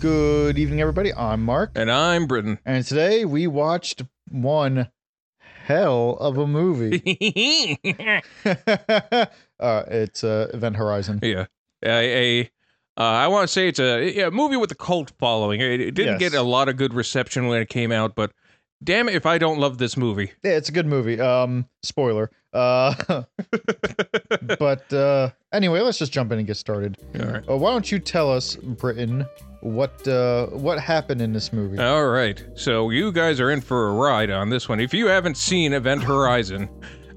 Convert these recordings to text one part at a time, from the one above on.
Good evening, everybody. I'm Mark, And I'm Britain. and today we watched one hell of a movie. yeah. uh, it's uh, Event Horizon. A, a, uh, I want to say it's a yeah, a movie with a cult following. It, it didn't Yes. get a lot of good reception when it came out, but damn it if I don't love this movie. Yeah, it's a good movie. Um, spoiler. Uh, but uh, anyway, let's just jump in and get started. All right. Uh, why don't you tell us, Britain, what uh, what happened in this movie? All right. So you guys are in for a ride on this one. If you haven't seen Event Horizon,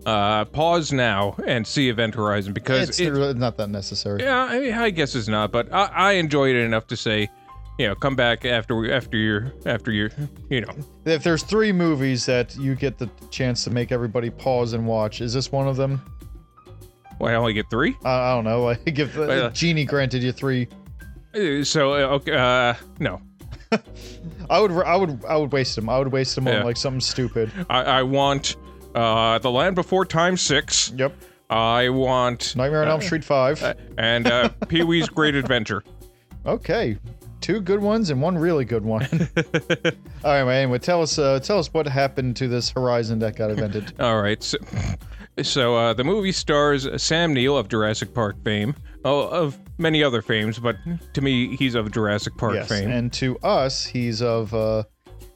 uh, pause now and see Event Horizon because it's it- really not that necessary. Yeah, I, mean, I guess it's not, but I, I enjoyed it enough to say, you know, come back after we after your after your you know. If there's three movies that you get the chance to make everybody pause and watch, is this one of them? Well, I only get three. I, I don't know. Like, if the Well, uh, genie granted you three, Uh, So uh, okay, uh, no, I would, I would, I would waste them. I would waste them Yeah. on like something stupid. I, I want uh, the Land Before Time six. Yep. I want Nightmare on Elm Street five. and uh, Pee Wee's Great Adventure. Okay, two good ones and one really good one. All right, man. Anyway, tell us, uh, tell us what happened to this Horizon that got invented. All right. So, so uh, the movie stars Sam Neill of Jurassic Park fame, oh, of many other fames, but to me, he's of Jurassic Park yes, fame. and to us, he's of uh,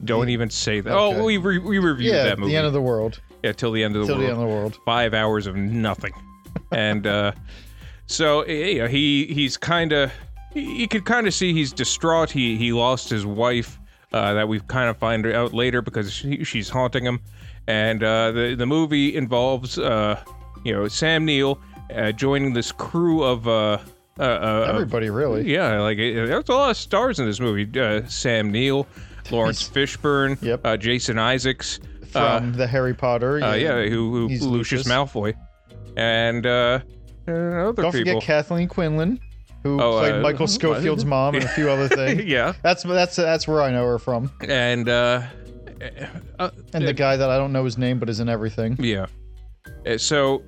Don't even say that. Okay. Oh, we re- we reviewed yeah, that movie. the end of the world. yeah, till the end of the Till world. the end of the world. Five hours of nothing, and uh, so eh, you know, he he's kind of you could kind of see he's distraught. He he lost his wife uh, that we kind of find out later because she, she's haunting him, and uh, the the movie involves uh, you know Sam Neill uh, joining this crew of. Uh, uh, uh, of- Everybody really. yeah, like it, it- there's a lot of stars in this movie. Uh, Sam Neill, Lawrence Fishburne, Yep. uh, Jason Isaacs, uh, From the Harry Potter. uh, yeah, who, who he's Lucius, Lucius. Malfoy, and uh, uh, other Don't people. forget Kathleen Quinlan, who Oh, played uh, Michael Schofield's mom and a few other things. yeah, That's that's that's where I know her from. and uh, uh, And the guy that I don't know his name but is in everything. yeah, Uh, so.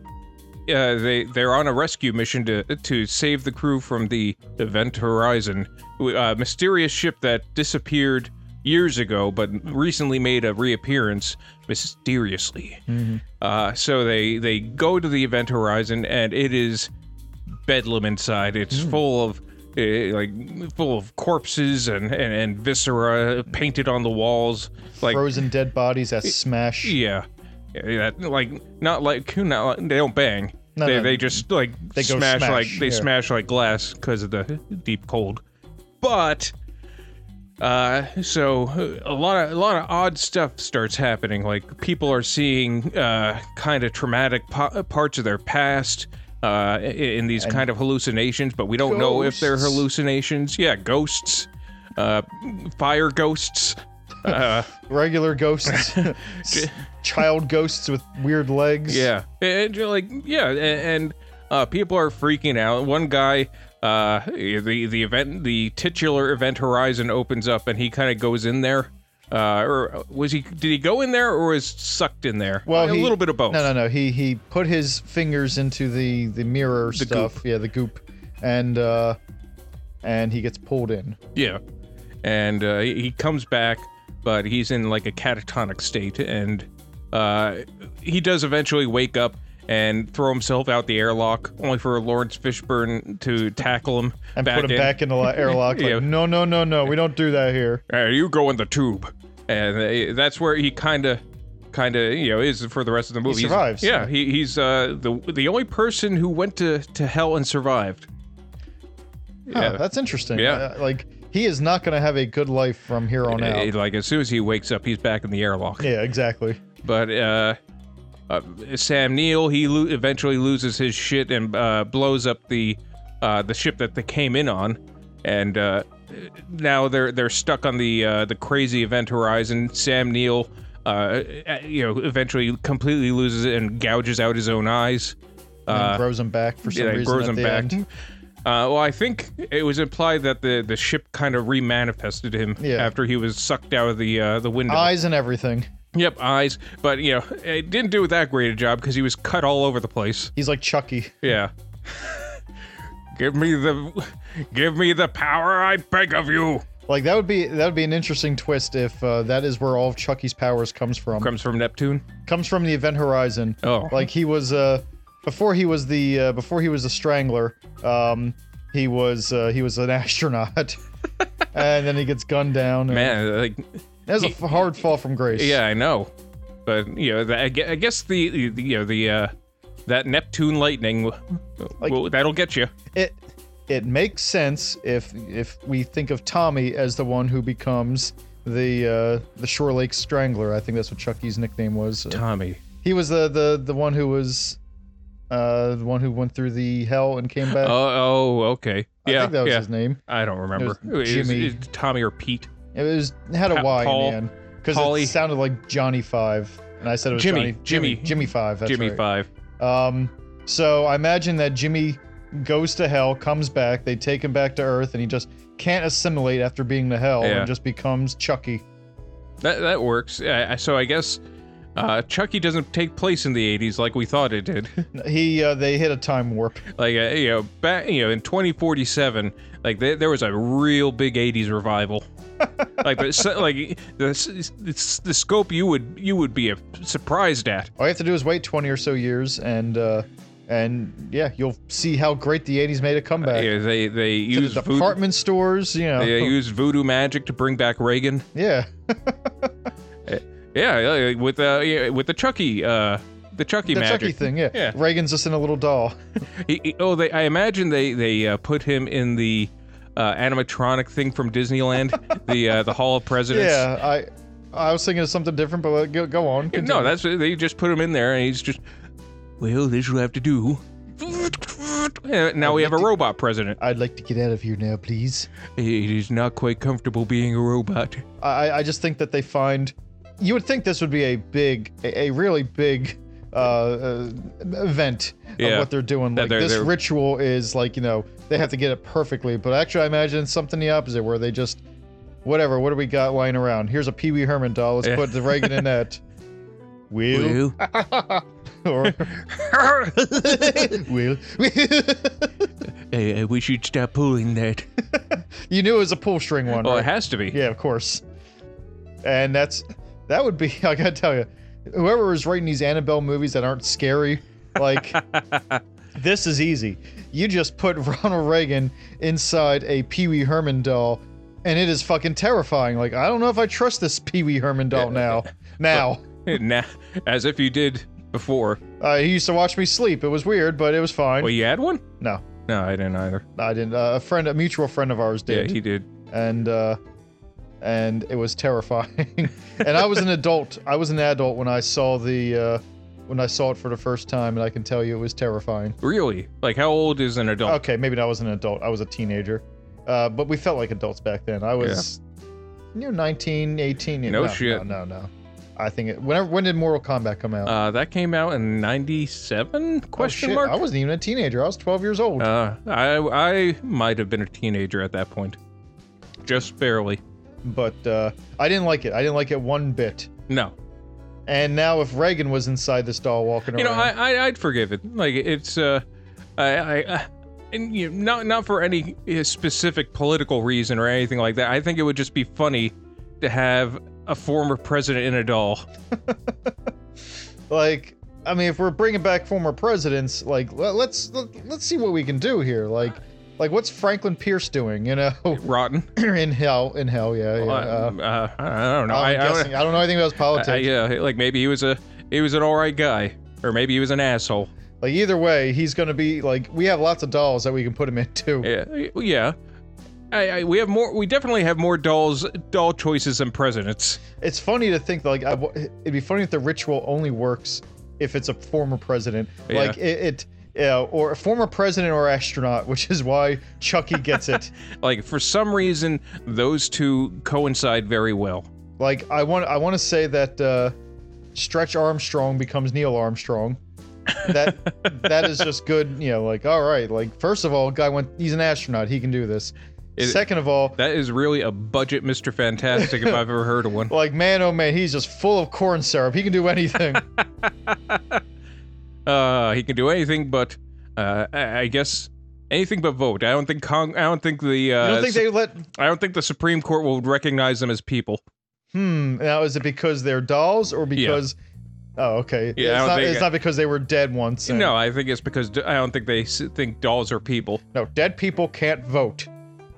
Uh, they they're on a rescue mission to to save the crew from the Event Horizon, a mysterious ship that disappeared years ago, but recently made a reappearance mysteriously. Uh, so they they go to the event horizon, and it is bedlam inside. It's full of eh, like full of corpses and, and and viscera painted on the walls. Like Frozen dead bodies that smash. yeah, yeah, that, like not like not like, they don't bang. No, they no. they just like They go smash, smash, like they yeah. smash like glass because of the deep cold. But uh, so uh, a lot of a lot of odd stuff starts happening. Like people are seeing uh, kind of traumatic po- parts of their past uh, i- in these kind of hallucinations, but we don't know if they're Ghosts. hallucinations. Yeah, ghosts, uh, fire ghosts. Uh, Regular ghosts. s- child ghosts with weird legs. Yeah, and you're like, yeah, and, and uh, people are freaking out. One guy, uh, the the event, the titular event horizon opens up, and he kind of goes in there. Uh, or was he? Did he go in there, or was sucked in there? Well, a he- little bit of both. No, no, no. He he put his fingers into the the mirror stuff. Yeah, the goop, and uh, and he gets pulled in. Yeah, and uh, he he comes back, but he's in like a catatonic state, and uh, he does eventually wake up and throw himself out the airlock, only for Lawrence Fishburne to tackle him And back put him in. back in the li- airlock. Like, Yeah. no, no, no, no. We don't do that here. uh, you go in the tube and uh, that's where he kind of kind of you know is for the rest of the movie He's- survives. yeah he, he's uh the the only person who went to to hell and survived Huh, Yeah. that's interesting. Yeah. Uh, like he is not going to have a good life from here on Uh, out. like as soon as he wakes up he's back in the airlock Yeah, exactly. but uh, uh sam neill he lo- eventually loses his shit and uh blows up the uh the ship that they came in on and uh now they're they're stuck on the uh the crazy event horizon sam neill uh you know eventually completely loses it and gouges out his own eyes And throws him back for some Uh, yeah, it reason. grows at him the back. end. Uh, well, I think it was implied that the, the ship kind of remanifested him Yeah. after he was sucked out of the uh, the window. Eyes and everything. Yep, eyes. But you know, it didn't do that great a job because he was cut all over the place. He's like Chucky. Yeah. give me the, give me the power I beg of you. Like that would be that would be an interesting twist if uh, that is where all of Chucky's powers comes from. Comes from Neptune. comes from the Event Horizon. Oh, Like he was uh before he was the uh, before he was the Strangler, um he was uh, he was an astronaut. and then he gets gunned down. and- man, like that was a f- hard fall from grace. Yeah, I know, but you know, the, I gue- I guess the, the you know the uh, that Neptune lightning, w- will- that'll get you. it it makes sense if if we think of Tommy as the one who becomes the uh, the Shore Lake Strangler. I think that's what Chucky's nickname was. Uh, Tommy. he was the the the one who was uh, the one who went through the hell and came back. Oh, oh, okay. I Yeah, think that was yeah. his name. I don't remember. It was It was- Jimmy. it was Tommy or Pete. It was it had a Y Pa- Paul- in the end because Paulie. it sounded like Johnny Five, and I said it was Jimmy, Johnny, Jimmy Jimmy. Jimmy Five. That's Jimmy right. Five. Um, so I imagine that Jimmy goes to hell, comes back, they take him back to Earth, and he just can't assimilate after being to hell Yeah. and just becomes Chucky. That that works. Uh, so I guess uh, Chucky doesn't take place in the '80s like we thought it did. He uh, they hit a time warp. like uh, you know, back you know, in 2047, like there there was a real big '80s revival. like the so- like the, s- the the scope you would you would be uh, surprised at. All you have to do is wait twenty or so years, and uh, and yeah, you'll see how great the '80s made a comeback. Yeah, they they To used the voodoo, department stores, you know. they used voodoo magic to bring back Reagan. yeah. Yeah, uh, with uh, yeah, with the Chucky uh, the Chucky the magic. Chucky thing. Yeah. Yeah. Reagan's just in a little doll. He- he- oh, they I imagine they they uh, put him in the uh, animatronic thing from Disneyland, the uh, the Hall of Presidents. yeah, I I was thinking of something different, but uh, go, go on. No, continue. that's they just put him in there, and he's just. Well, this will have to do. Uh, Now we have a robot president. I'd like to get out of here now, please. It is not quite comfortable being a robot. I, I just think that they find. You would think this would be a big, a, a really big uh, uh, event Yeah. of what they're doing. That Like they're- this they're- ritual is like you know they have to get it perfectly, but actually I imagine it's something the opposite where they just, whatever. What do we got lying around? Here's a Pee Wee Herman doll. Let's Yeah. put the Reagan in that. Will Well, or will. I, I wish you'd stop pulling that. you knew it was a pull string one. Oh, right? it has to be. Yeah, of course. And that's that would be I gotta tell you, whoever is writing these Annabelle movies that aren't scary, like this is easy. You just put Ronald Reagan inside a Pee Wee Herman doll, and it is fucking terrifying. Like I don't know if I trust this Pee Wee Herman doll now. Now Nah, as if you did before. uh, he used to watch me sleep. It was weird, but it was fine. Well, you had one? No, No, I didn't either. I didn't. Uh, a friend, a mutual friend of ours Yeah, did. he did. and uh, and it was terrifying. and I was an adult. I was an adult when I saw the uh, when I saw it for the first time, and I can tell you it was terrifying. Really? Like, how old is an adult? Okay, maybe I was an adult. I was a teenager, uh, but we felt like adults back then. I was near 19, 18. No shit. No, no, no. I think it. Whenever when did Mortal Kombat come out? Uh, that came out in '97? Oh, Question shit, mark. I wasn't even a teenager. I was 12 years old. Uh, I I might have been a teenager at that point, just barely. but uh, I didn't like it. I didn't like it one bit. No, And now, if Reagan was inside this doll walking you know around, I, I I'd forgive it. Like it's uh, I I. I and you know, not not for any uh, specific political reason or anything like that. I think it would just be funny to have a former president in a doll. like i mean if we're bringing back former presidents like let, let's let, let's see what we can do here like like what's franklin pierce doing you know Rotten. in hell in hell yeah, yeah. Uh, Uh, uh, I I don't know. I, I'm I, guessing, I, don't know anything about his politics I- yeah, like maybe he was a he was an all right guy, or maybe he was an asshole. like either way he's gonna be like we have lots of dolls that we can put him into Yeah, yeah. I, I, we have more. We definitely have more dolls, doll choices than presidents. it's funny to think like I w it'd be funny if the ritual only works if it's a former president Yeah. like it, it yeah, or a former president or astronaut, which is why Chucky gets it. Like for some reason, those two coincide very well. Like I want I want to say that uh, Stretch Armstrong becomes Neil Armstrong. That that is just good, you know. Like all right, like first of all, guy went. He's an astronaut. He can do this. It- Second of all, That is really a budget Mr. Fantastic if I've ever heard of one. like man, oh man, he's just full of corn syrup. He can do anything. Uh, he can do anything, but uh, I, I guess anything but vote. I don't think Cong- I don't think the uh, you don't think Su- they let? I don't think the Supreme Court will recognize them as people. Hmm. Now is it because they're dolls or because? Oh, okay. Yeah, I it's don't not. think- It's not because they were dead once. and- No, I think it's because d- I don't think they s- think dolls are people. No, dead people can't vote.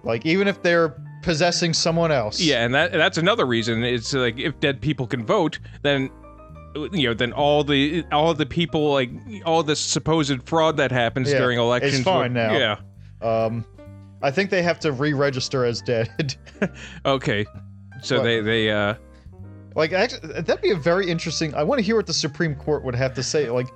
Like even if they're possessing someone else. Yeah, and that that's another reason. It's like if dead people can vote, then you know, then all the all the people like all this supposed fraud that happens Yeah, during elections. will- fine now. Yeah. Um, I think they have to re-register as dead. Okay. So What? they they uh like actually, that'd be a very interesting. I want to hear what the Supreme Court would have to say. Like,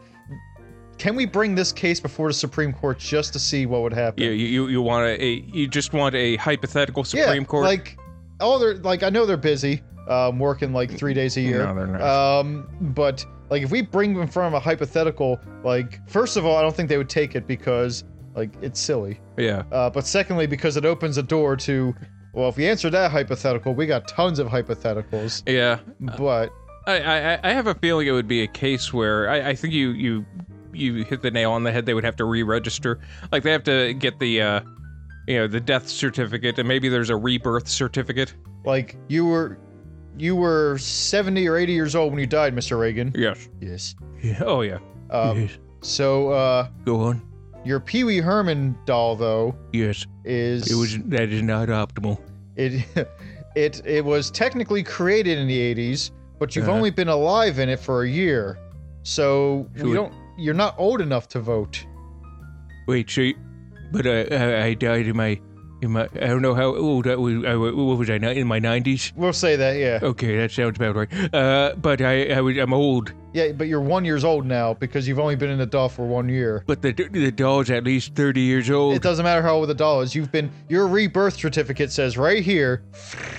can we bring this case before the Supreme Court just to see what would happen? you you, you want a, a you just want a hypothetical Supreme yeah, Court. Like, oh, they're like I know they're busy, um, working like three days a year. No, they're not. Um, but like if we bring them from a hypothetical, like first of all, I don't think they would take it because like it's silly. yeah. Uh, but secondly, because it opens a door to, well, if we answer that hypothetical, we got tons of hypotheticals. Yeah. But I, I, I have a feeling it would be a case where I, I think you, you you hit the nail on the head. They would have to re-register, like they have to get the uh, you know the death certificate, and maybe there's a rebirth certificate. like you were, you were seventy or eighty years old when you died, Mr. Reagan. Yes. Yes. Oh yeah. Um, so uh, Go on. your Pee Wee Herman doll though Yes. is that is not optimal. it it it was technically created in the 80s but you've Uh-huh. only been alive in it for a year so So you it- don't you're not old enough to vote Wait. So, but I I, I died in my in my I don't know how old I was. I, what was I in my nineties? we'll say that yeah Okay, that sounds about right. Uh, but I, I was, I'm old. yeah but you're one years old now because you've only been in the doll for one year But the the doll's at least thirty years it old. doesn't matter how old the doll is you've been your rebirth certificate says right here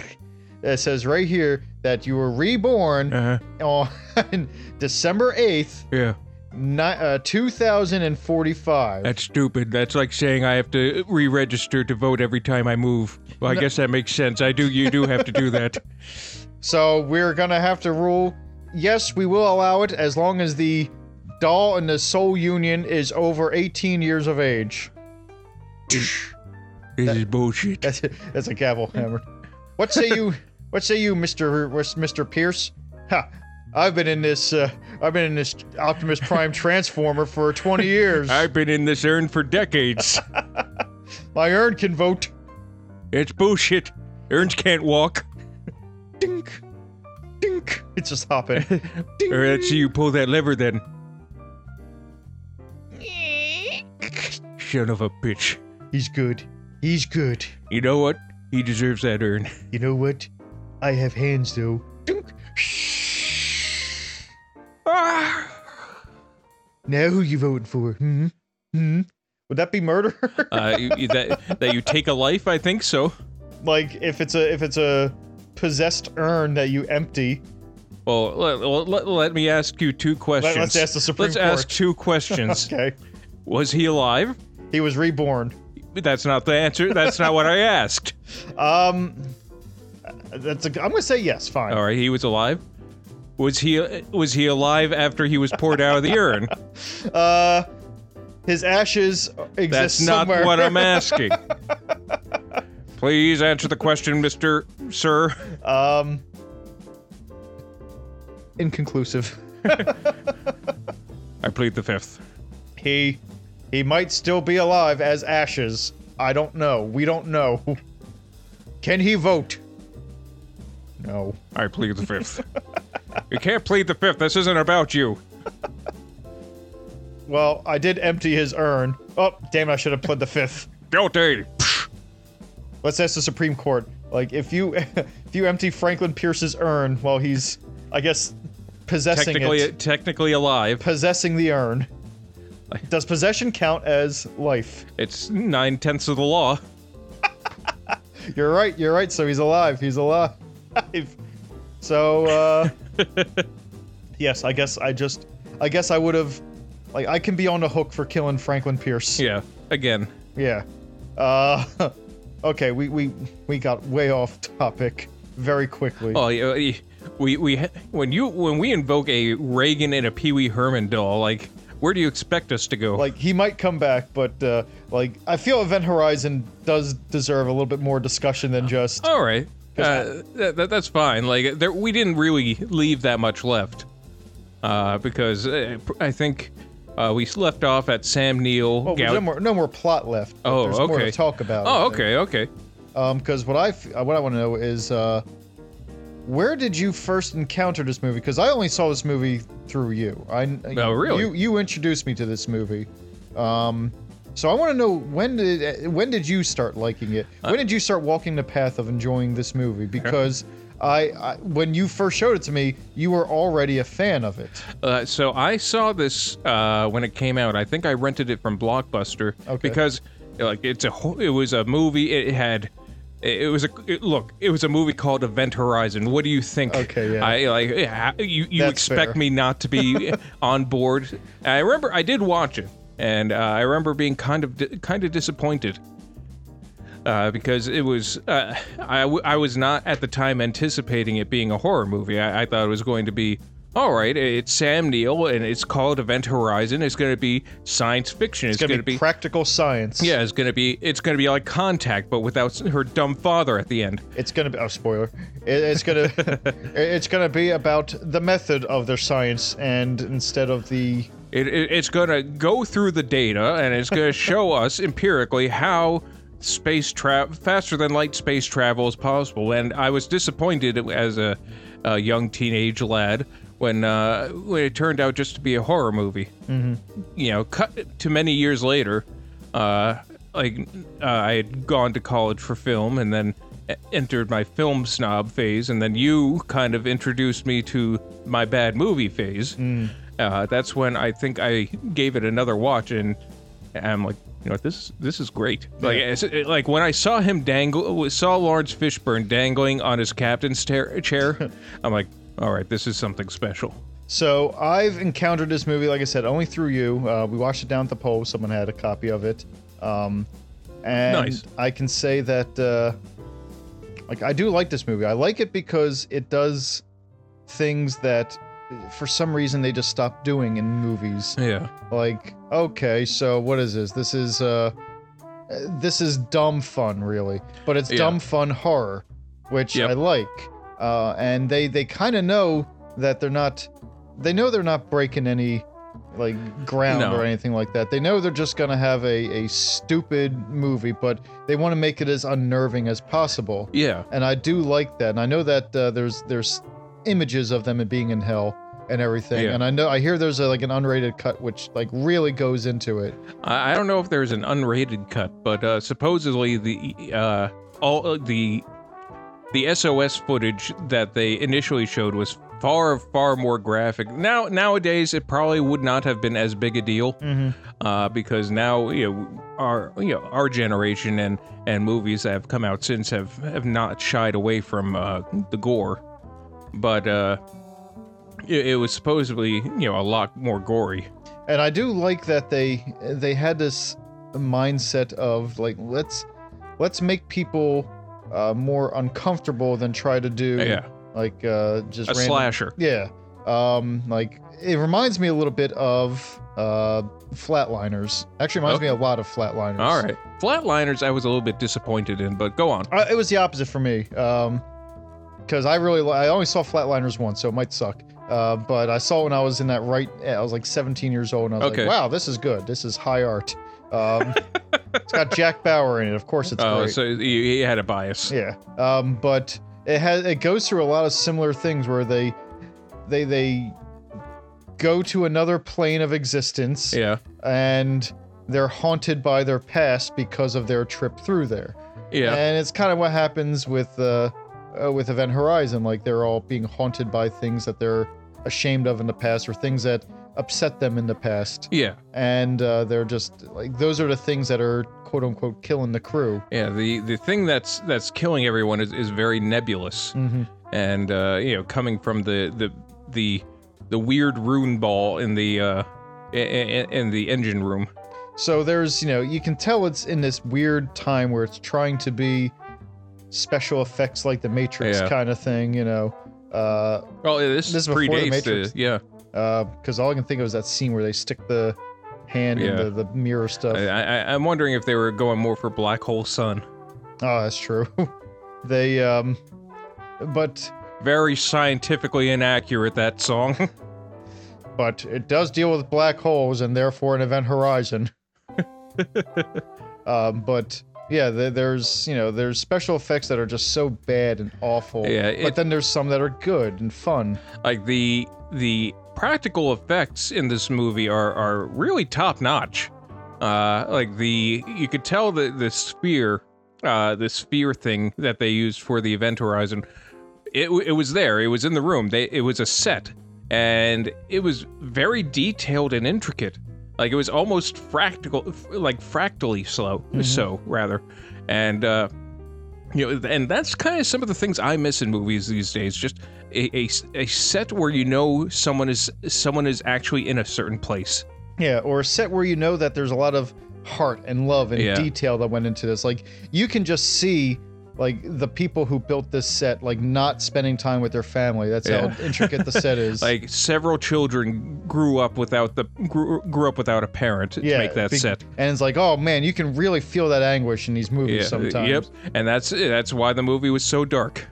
it says right here that you were reborn Uh-huh. on december 8th Yeah. ni- uh, 2045 That's stupid. That's like saying I have to re-register to vote every time I move. Well, I guess that makes sense. I do. You do have to do that. So we're gonna have to rule. Yes, we will allow it as long as the doll and the soul union is over 18 years of age. This is bullshit. That's that's a gavel hammer. What say you? What say you, Mister Mister Pierce? Ha! I've been in this. Uh, I've been in this Optimus Prime Transformer for 20 years. I've been in this urn for decades. My urn can vote. It's bullshit. Urns can't walk. Dink, dink. It's just hopping. Dink. Or let's see you pull that lever then. Son of a bitch. He's good. He's good. You know what? He deserves that urn. You know what? I have hands though. Dunk. Ah. Now who you voting for? Hmm? Hmm? Would that be murder? Uh, you- you- that that you take a life? I think so. like if it's a if it's a possessed urn that you empty. Well, let, let, let me ask you two questions. Let, us ask the Supreme Let's Court. ask two questions. okay. Was he alive? He was reborn. That's not the answer. That's not what I asked. Um that's a g- I'm gonna say yes, fine. All right, he was alive. Was he was he alive after he was poured out of the urn? Uh his ashes exist That's not somewhere. what I'm asking. Please answer the question, Mister Sir. um inconclusive. I plead the fifth. He he might still be alive as ashes. I don't know. We don't know. Can he vote? No. I plead the fifth. you can't plead the fifth. This isn't about you. Well, I did empty his urn. Oh, damn it, I should have pled the fifth. Guilty. Let's ask the Supreme Court. Like, if you if you empty Franklin Pierce's urn while he's, I guess, possessing Technically, it, technically alive. possessing the urn, does possession count as life? It's nine tenths of the law. You're right. You're right. So he's alive. He's alive. So, uh, yes, I guess I just, I guess I would have, like, I can be on the hook for killing Franklin Pierce. Yeah. Again. Yeah. Uh, okay, we, we we got way off topic very quickly. Oh, yeah, we we when you when we invoke a Reagan and a Pee Wee Herman doll, like Where do you expect us to go? Like he might come back, but uh, like I feel Event Horizon does deserve a little bit more discussion Oh, than just All right, uh, that, that, that's fine. Like there, we didn't really leave that much left uh, because uh, pr- I think uh, we left off at Sam Neill. well, there's no Gow- Oh, more no more plot left. but Oh, there's more okay. to talk about. oh, okay, okay. Because what I f- what I want to know is uh, where did you first encounter this movie? Because I only saw this movie through you. I Oh, really? You you introduced me to this movie. Um, so I want to know when did when did you start liking it? Uh, When did you start walking the path of enjoying this movie? Because I, I when you first showed it to me, you were already a fan of it. Uh, so I saw this uh, when it came out. I think I rented it from Blockbuster Okay. because like it's a ho- it was a movie. It had it it was a it- look. It was a movie called Event Horizon. What do you think? Okay, yeah. I like yeah, you. You That's expect fair. me not to be on board? I remember I did watch it, and uh, I remember being kind of di- kind of disappointed uh, because it was uh, I, w- I was not at the time anticipating it being a horror movie. I, I thought it was going to be all right. It's Sam Neill and it's called Event Horizon. It's going to be science fiction. It's, It's going gonna to be, be, practical science. yeah. It's going to be it's going to be like Contact, but without s- her dumb father at the end. It's gonna be oh spoiler. It, it's gonna it's gonna be about the method of their science and instead of the It, it, it's going to go through the data and it's going to show us empirically how space travel, faster than light space travel is possible. And I was disappointed as a, a young teenage lad when uh, when it turned out just to be a horror movie. Mm-hmm. You know, cut to many years later, uh, like uh, I had gone to college for film and then e- entered my film snob phase, and then you kind of introduced me to my bad movie phase. Uh, that's when I think I gave it another watch, and I'm like, you know, what, this this is great. Like, it's, it- like when I saw him dangle, saw Lawrence Fishburne dangling on his captain's ter- chair, I'm like, all right, this is something special. So I've encountered this movie, like I said, only through you. Uh, we watched it down at the pole. Someone had a copy of it, um, and Nice. I can say that uh, like I do like this movie. I like it because it does things that, for some reason, they just stopped doing in movies. Yeah. Like, okay, so what is this? This is uh, uh, this is dumb fun, really, but it's Yeah. dumb fun horror, which Yep. I like. Uh, and they they kind of know that they're not, they know they're not breaking any like ground No. or anything like that. They know they're just gonna have a a stupid movie, but they want to make it as unnerving as possible Yeah. and I do like that. And I know that uh, there's there's images of them being in hell and everything. Yeah. And I know I hear there's a, like an unrated cut which like really goes into it. I, I don't know if there's an unrated cut, but uh, supposedly the uh, all uh, the the SOS footage that they initially showed was far far more graphic. Now nowadays it probably would not have been as big a deal uh, because now you know our you know our generation and and movies that have come out since have have not shied away from uh, the gore, but uh, it, it was supposedly you know a lot more gory. And I do like that they they had this mindset of like let's let's make people uh, more uncomfortable than try to do Yeah, like uh, just a random- slasher. Yeah. Um, like it reminds me a little bit of uh, flatliners. Actually, reminds Oh. me a lot of flatliners. All right. Flatliners, I was a little bit disappointed in, but go on. Uh, it was the opposite for me. Um, because I really, li- I only saw Flatliners once, so it might suck. Uh, but I saw it when I was in that right, eh, I was like 17 years old, and I was Okay. like, wow, this is good. This is high art. Um, it's got Jack Bauer in it. Of course, it's Oh, great. so you, you had a bias. Yeah. Um, but it has it goes through a lot of similar things where they, they they go to another plane of existence Yeah. and they're haunted by their past because of their trip through there. Yeah. And it's kind of what happens with uh, uh, with Event Horizon. Like they're all being haunted by things that they're ashamed of in the past or things that upset them in the past, Yeah. and uh, they're just like those are the things that are quote unquote killing the crew. Yeah. The the thing that's that's killing everyone is, is very nebulous. Mm-hmm. And uh, you know, coming from the the the the weird rune ball in the uh i- i- in, the engine room. So there's you know you can tell it's in this weird time where it's trying to be special effects like the Matrix Yeah. kind of thing, you know. Uh, Oh, yeah, this, This is before the predates the, Matrix? yeah. Because all I can think of is that scene where they stick the hand Yeah. into the mirror stuff. I, I, I'm wondering if they were going more for Black Hole Sun. Oh, that's true. they, um, but Very scientifically inaccurate that song. but it does deal with black holes and therefore an event horizon. um, but yeah, there, there's you know there's special effects that are just so bad and awful. Yeah, but it, then there's some that are good and fun. like the the practical effects in this movie are are really top notch. Uh, like the you could tell the the sphere, uh, the sphere thing that they used for the event horizon. It w- it was there. It was in the room. They it was a set, and it was very detailed and intricate. Like it was almost fractal, f- like fractally slow, Mhm. so rather, and uh, you know, and that's kind of some of the things I miss in movies these days. Just a, a, a set where you know someone is someone is actually in a certain place. Yeah, or a set where you know that there's a lot of heart and love and Yeah. detail that went into this. Like you can just see like the people who built this set like not spending time with their family. That's how intricate the set is. Like several children grew up without the grew, grew up without a parent Yeah, to make that big- set. and it's like, oh man, you can really feel that anguish in these movies sometimes. Yep. And that's that's why the movie was so dark.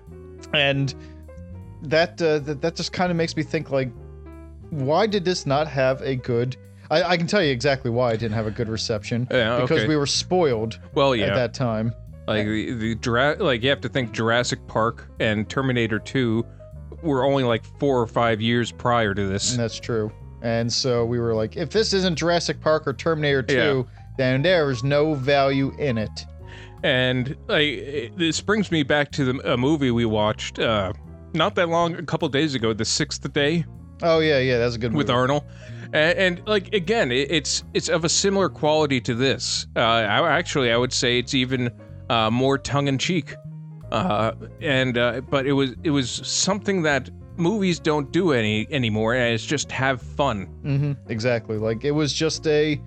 and that uh, that, that just kind of makes me think like why did this not have a good I, I can tell you exactly why it didn't have a good reception Yeah, because okay. we were spoiled well, at yeah. that time like the, the dra- like you have to think Jurassic Park and Terminator 2 were only like 4 or 5 years prior to this. and that's true and so we were like if this isn't Jurassic Park or Terminator 2 then there is no value in it And I, this brings me back to the, a movie we watched uh, not that long, a couple days ago, The Sixth Day oh yeah yeah that's a good with movie. Arnold. And, and like again, it, it's it's of a similar quality to this. Uh, I, actually, I would say it's even uh, more tongue in cheek. Uh, and uh, but it was it was something that movies don't do any anymore, and it's just have fun. hmm Exactly. Like it was just a,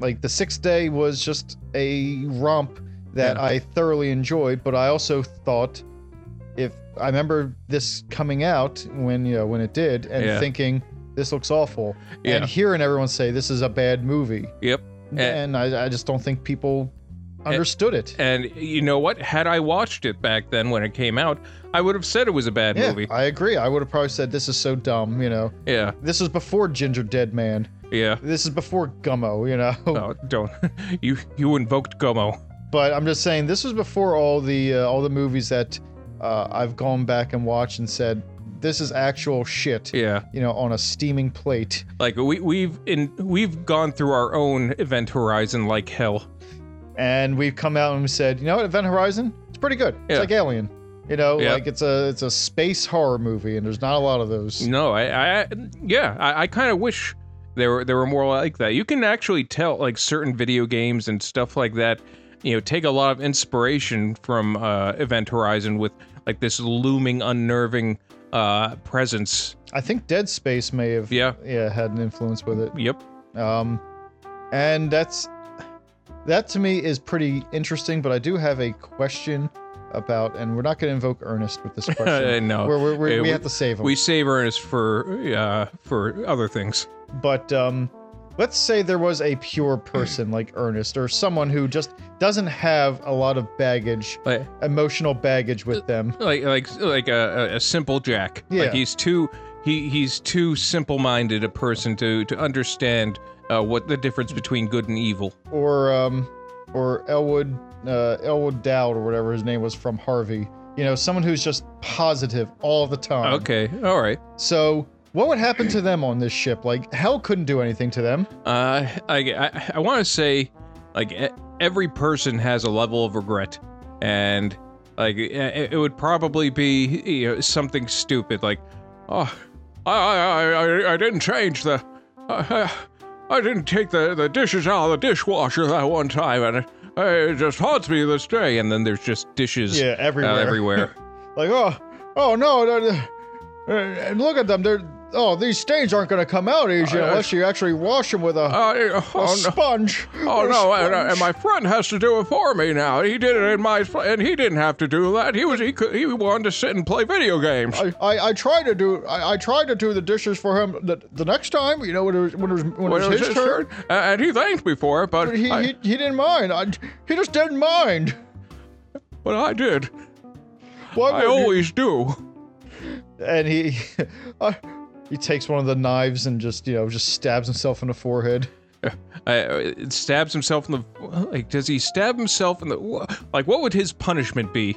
like the sixth day was just a romp that Yeah. I thoroughly enjoyed. But I also thought, if I remember this coming out when you know when it did, and Yeah. thinking this looks awful, Yeah. and hearing everyone say this is a bad movie, Yep. and, Eh. I, I just don't think people understood it. And you know what? Had I watched it back then when it came out, I would have said it was a bad yeah, movie. I agree. I would have probably said this is so dumb. You know, Yeah. this is before Ginger Dead Man. Yeah. This is before Gummo. You know. Oh, don't. you you invoked Gomo. but I'm just saying this was before all the uh, all the movies that uh, I've gone back and watched and said this is actual shit. Yeah. You know, on a steaming plate. Like we we've in we've gone through our own event horizon like hell. And we've come out and said, you know what, Event Horizon, it's pretty good. It's Yeah. like Alien. You know, Yeah. like it's a it's a space horror movie, and there's not a lot of those. No, I, I yeah, I, I kind of wish there were there were more like that. You can actually tell like certain video games and stuff like that. You know, take a lot of inspiration from uh, Event Horizon with like this looming, unnerving uh, presence. I think Dead Space may have Yeah. yeah had an influence with it. Yep. Um, and that's that to me is pretty interesting. But I do have a question about, and we're not going to invoke Ernest with this question. no. We're, we're, we're, Yeah, we Uh, eh, we- have to save him. we save Ernest for uh, for other things. but um, let's say there was a pure person like Ernest or someone who just doesn't have a lot of baggage, Like, emotional baggage with them. like like like a, a- a simple jack Yeah. like he's too he he's too simple minded a person to to understand uh, what the difference between good and evil Or um, or Elwood uh, Elwood Dowd or whatever his name was from Harvey. You know, someone who's just positive all the time. okay all right So what would happen to them on this ship? Like hell couldn't do anything to them. uh i i, I want to say like e- every person has a level of regret and like e- it would probably be you know, something stupid like oh i i i, I- I didn't change the I, I- I didn't take the, the dishes out of the dishwasher that one time and it, it just haunts me to this day and then there's just dishes Yeah, uh, everywhere. everywhere like oh oh no, no, no. Uh, and look at them. They're oh, these stains aren't going to come out easy Uh, unless you actually wash them with a, Uh, eh, a oh no. sponge. Oh A no! And, uh, sponge. and my friend has to do it for me now. He did it in my, pl- and he didn't have to do that. He was he could, he wanted to sit and play video games. I, I, I tried to do I, I tried to do the dishes for him the, the next time you know when it was when it was, when When it it was his, turn, a- and he thanked me for it, but but he, I, he he didn't mind I, he just didn't mind but I did. why I would Oh, you- always do. and he uh, he takes one of the knives and just you know just stabs himself in the forehead uh, stabs himself in the like does he stab himself in the wha- like what would his punishment be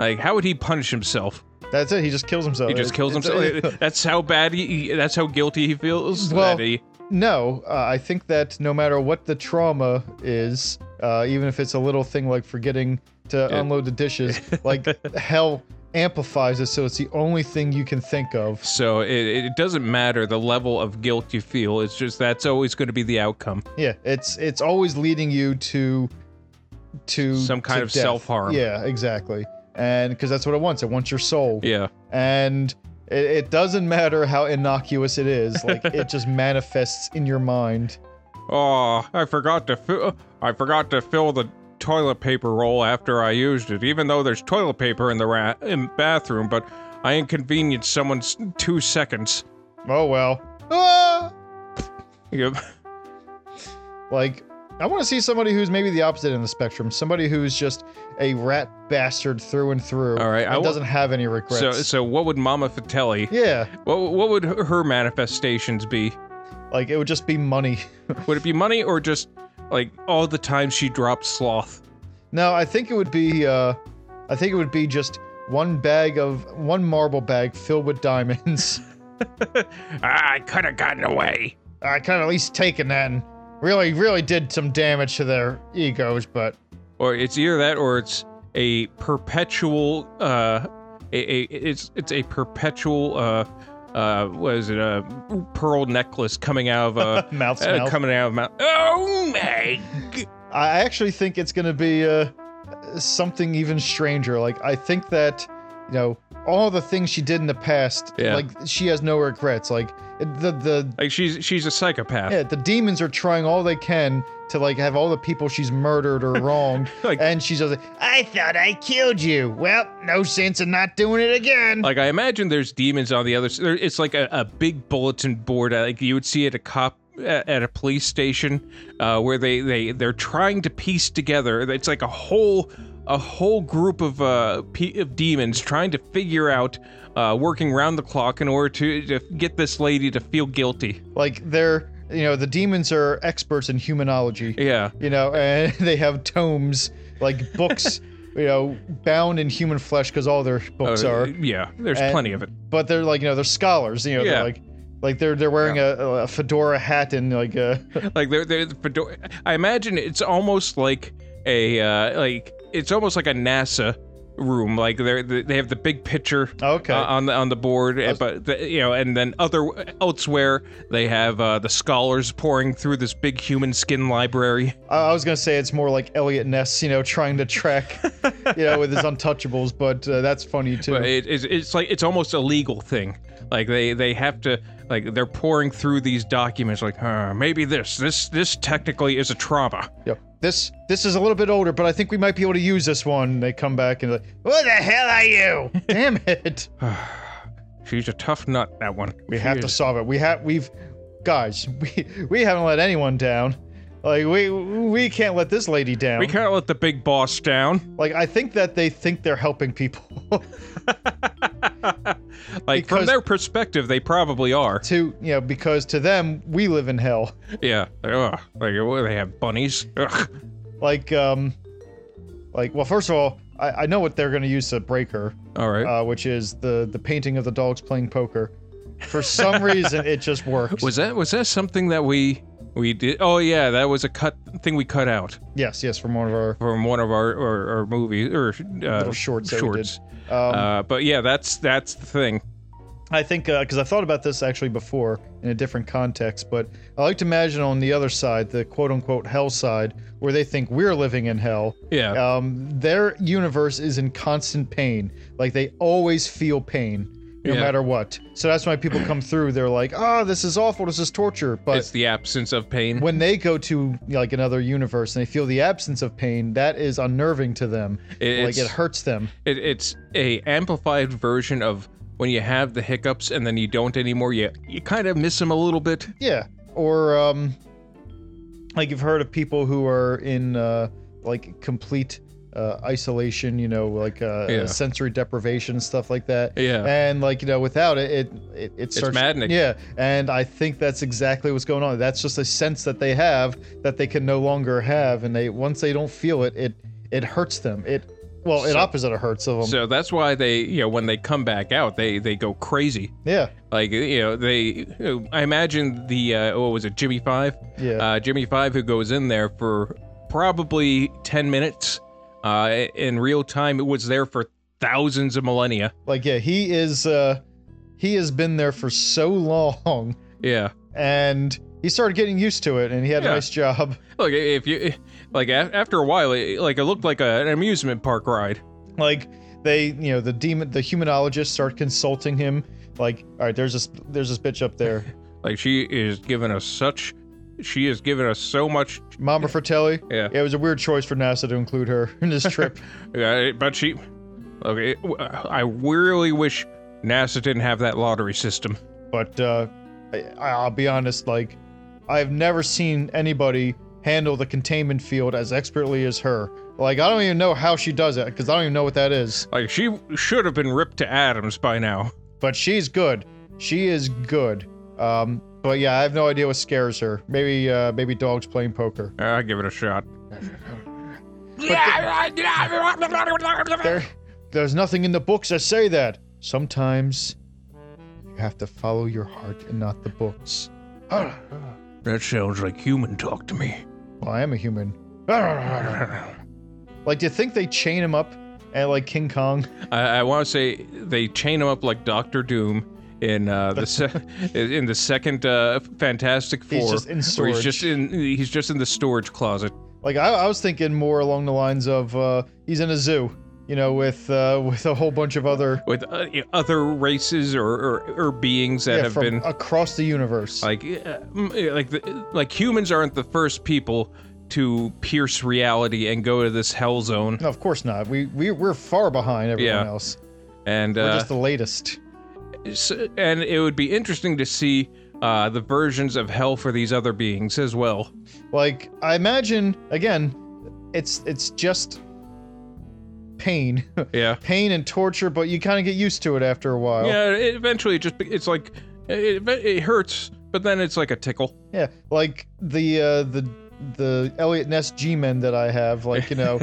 like how would he punish himself that's it he just kills himself he just kills Uh, It's- himself that's how bad he he- that's how guilty he feels Well- that he no uh, i think that no matter what the trauma is uh, even if it's a little thing like forgetting to unload the dishes like hell amplifies it so it's the only thing you can think of so it, it doesn't matter the level of guilt you feel it's just that's always going to be the outcome yeah it's it's always leading you to to Some kind to of death. self-harm. yeah exactly and because that's what it wants it wants your soul yeah and it, it doesn't matter how innocuous it is like it just manifests in your mind oh i forgot to fill i forgot to fill the toilet paper roll after i used it even though there's toilet paper in the ra- in bathroom but i inconvenienced someone's two seconds oh well ah! Yep. like i want to see somebody who's maybe the opposite in the spectrum somebody who's just a rat bastard through and through All right, I and wa- doesn't have any regrets So, so what would Mama Fatelli? yeah What, what would her manifestations be? like it would just be money Would it be money or just like all the time she dropped sloth? No, I think it would be. Uh, I think it would be just one bag of one marble bag filled with diamonds. Ah, I could have gotten away. I could at least taken that and really, really did some damage to their egos. But Or it's either that or it's a perpetual uh a, a it's it's a perpetual uh uh what is it a pearl necklace coming out of uh, mouth uh smell. coming out of mouth. Oh my g- I actually think it's gonna be uh, something even stranger. Like I think that you know all the things she did in the past. Yeah. Like she has no regrets. Like the the like she's she's a psychopath. Yeah, the demons are trying all they can to like have all the people she's murdered or wronged, Like- and she's just like, "I thought I killed you. Well, no sense in not doing it again." Like I imagine there's demons on the other side. It's like a, a big bulletin board, uh, like you would see at a cop at at a police station, uh, where they they they're trying to piece together. It's like a whole a whole group of uh pe- of demons trying to figure out, uh, working round the clock in order to, to get this lady to feel guilty. like they're, you know, the demons are experts in humanology, Yeah, you know, and they have tomes like books, you know, bound in human flesh because all their books Uh, are. yeah. There's And- plenty of it. But they're like, you know, they're scholars, you know, Yeah. they're like, like they're they're wearing a, a fedora hat and like a like they're, they're the fedora. I imagine it's almost like a uh, like it's almost like a NASA room. Like they're they have the big picture okay. uh, on the on the board, uh, but the, you know, and then other elsewhere they have uh, the scholars pouring through this big human skin library. I I was gonna say it's more like Elliot Ness, you know, trying to track, you know, with his untouchables, but uh, that's funny too. But it, it's, it's like it's almost a legal thing. Like they they have to like they're pouring through these documents. Like huh, maybe this this this technically is a trauma. Yeah. This this is a little bit older, but I think we might be able to use this one. And they come back and they're like, "Who the hell are you? Damn it! She's a tough nut. That one. We have to solve it. We have we've, guys, we we haven't let anyone down. Like we we can't let this lady down. We can't let the big boss down. like I think that they think they're helping people. Like from Because- their perspective, they probably are. to you know because to them we live in hell. Yeah. Ugh. Like what, they have bunnies. Ugh. like um like well first of all i, I know what they're going to use to break her All right. uh, which is the the painting of the dogs playing poker for some reason it just works was that was that something that we we did? Oh yeah, that was a cut thing we cut out yes yes from one of our from one of our our, our movies or uh, little shorts that we did. shorts. um, Uh, but yeah, that's that's the thing. i think because i thought about this actually before in a different context but i like to imagine on the other side the quote unquote hell side where they think we're living in hell Yeah. um, their universe is in constant pain. Like they always feel pain. no Yeah. matter what. So that's why people come through. They're like, oh, this is awful. This is torture. But it's the absence of pain. when they go to like another universe and they feel the absence of pain, that is unnerving to them. it's, like it hurts them. it, it's a amplified version of when you have the hiccups and then you don't anymore. You you kind of miss them a little bit. Yeah. Or um, like you've heard of people who are in uh, like complete uh, isolation. You know, like uh, Yeah. sensory deprivation stuff like that. Yeah. And like you know, without it, it it, it It's starts maddening. Yeah, and I think that's exactly what's going on. That's just a sense that they have that they can no longer have, and they once they don't feel it, it it hurts them. It well, it So- opposite of hurts of them. So that's why they, you know, when they come back out, they they go crazy. yeah, Like you know, they. I imagine the uh, what was it, Jimmy Five? yeah, Uh, Jimmy Five, who goes in there for probably ten minutes uh, in real time. It was there for thousands of millennia. like yeah, he is uh he has been there for so long, Yeah. and he started getting used to it, and he had a Yeah. nice job. Look, if you like, a- after a while, it, like it looked like a, an amusement park ride. Like they, you know, the demon, the humanologists start consulting him. Like, all right, there's this, there's this bitch up there, Like she is giving us such, she has given us so much. Mama Fratelli. Yeah. it was a weird choice for NASA to include her in this trip. Uh, but she, okay, I really wish NASA didn't have that lottery system. but uh, I, I'll be honest, like I've never seen anybody handle the containment field as expertly as her. Like I don't even know how she does it because I don't even know what that is. Like she should have been ripped to atoms by now. But she's good. She is good. Um, but yeah, I have no idea what scares her. Maybe uh, maybe dogs playing poker. Uh, I give it a shot. There, there's nothing in the books that say that. Sometimes you have to follow your heart and not the books. That sounds like human talk to me. Well, I am a human. Like, do you think they chain him up at like King Kong? I, I want to say they chain him up like Doctor Doom in uh, the se- in the second uh, Fantastic Four. He's just in where storage. he's just in he's just in the storage closet. Like I, I was thinking more along the lines of uh, he's in a zoo, you know, with uh, with a whole bunch of other with uh, other races or, or, or beings that yeah, have from been across the universe. like uh, mm, like the, like humans aren't the first people to pierce reality and go to this hell zone no, of course not. We we we're far behind everyone Yeah. else. and We're uh, just the latest. s- and it would be interesting to see uh, the versions of hell for these other beings as well Like I imagine again, it's it's just pain, yeah pain and torture, but you kind of get used to it after a while. yeah it eventually it just be- it's like it, it hurts but then it's like a tickle Yeah, like the uh, the the Elliot Ness G-men that I have, like you know,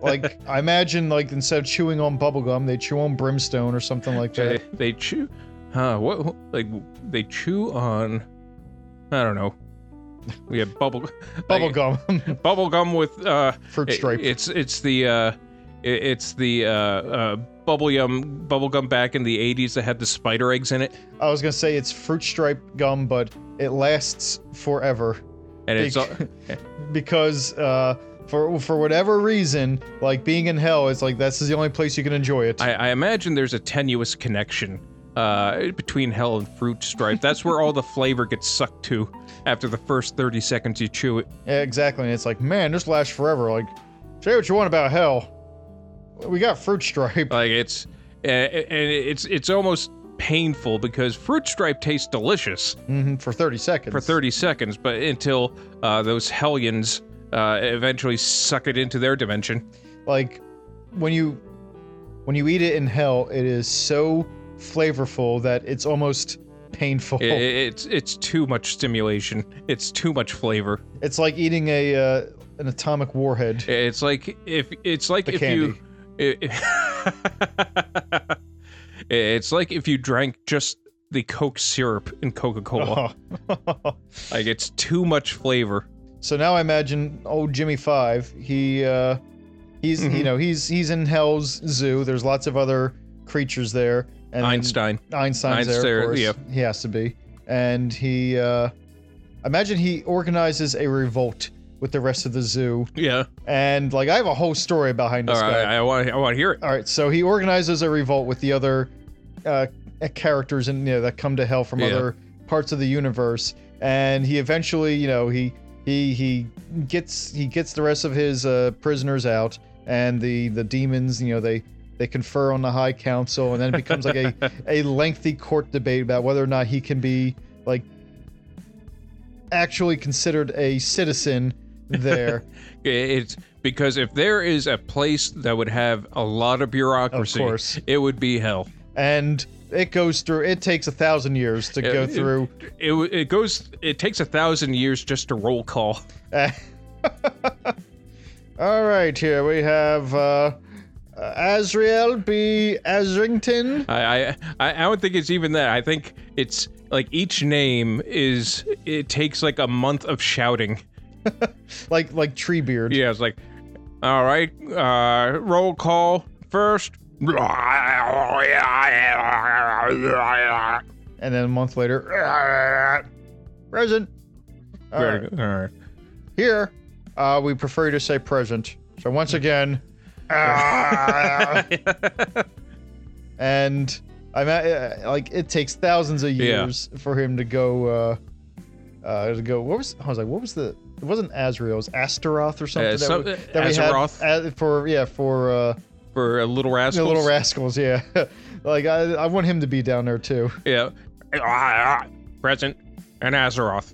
like I imagine like instead of chewing on bubblegum, they chew on brimstone or something like they, that. they chew huh what like they chew on i don't know we have bubble like, Bubblegum bubblegum with uh fruit it- stripe. it's it's the uh it- it's the uh, uh bubblegum bubblegum back in the 80s that had the spider eggs in it I was gonna say it's fruit stripe gum, but it lasts forever and it's all, Big- because uh, for for whatever reason, like being in hell, it's like that's the only place you can enjoy it. I, I imagine there's a tenuous connection uh between hell and fruit stripe that's where all the flavor gets sucked to after the first 30 seconds you chew it Yeah, exactly, and it's like man, this lasts forever. Like say what you want about hell, we got fruit stripe. like it's a- a- and it's it's almost painful because fruit stripe tastes delicious hmm for 30 seconds. for 30 seconds but until uh those hellions uh eventually suck it into their dimension Like when you when you eat it in hell, it is so flavorful that it's almost painful. I- I- it's it's too much stimulation. It's too much flavor. It's like eating a uh, an atomic warhead. It's like if it's like The if you. i- i- it's like if you drank just the Coke syrup in Coca Oh. Cola. Oh. Like it's too much flavor. so now I imagine old Jimmy Five. He uh, he's you Mhm. know he's he's in Hell's Zoo. There's lots of other creatures there. And then- Einstein. Einstein's there, Einstein, of course. yeah. He has to be. And he, uh, imagine he organizes a revolt with the rest of the zoo. Yeah. And like, I have a whole story behind All this right. guy. I want. I want to hear it. All right, so he organizes a revolt with the other uh, uh, characters and you know that come to hell from Yeah. other parts of the universe, and he eventually you know he he he gets he gets the rest of his uh, prisoners out, and the the demons you know they they confer on the High Council, and then it becomes like a a lengthy court debate about whether or not he can be like actually considered a citizen there. It's because if there is a place that would have a lot of bureaucracy, course. it would be hell. and it goes through it takes a thousand years to go it- through It w- it goes. It takes a thousand years just to roll call. Uh, all right here we have uh Azriel B. Azrington. I, I I I don't think it's even that. I think it's like each name is. It takes like a month of shouting. Like like Treebeard. Yeah, it's like, all right, uh, roll call first. Very And then a month later. Present. All right. good. All right. Here, uh, we prefer you to say present. So once again, and I'm at, uh, like it takes thousands of Yeah. years for him to go. Uh, uh, to go. What was I was like? What was the? It wasn't Azrael. It was Astaroth or something. Uh, so- we- Azeroth. we had uh, for yeah for uh, For a little the rascal. little rascals. Yeah, like I, I want him to be down there too. yeah. Present and Azeroth.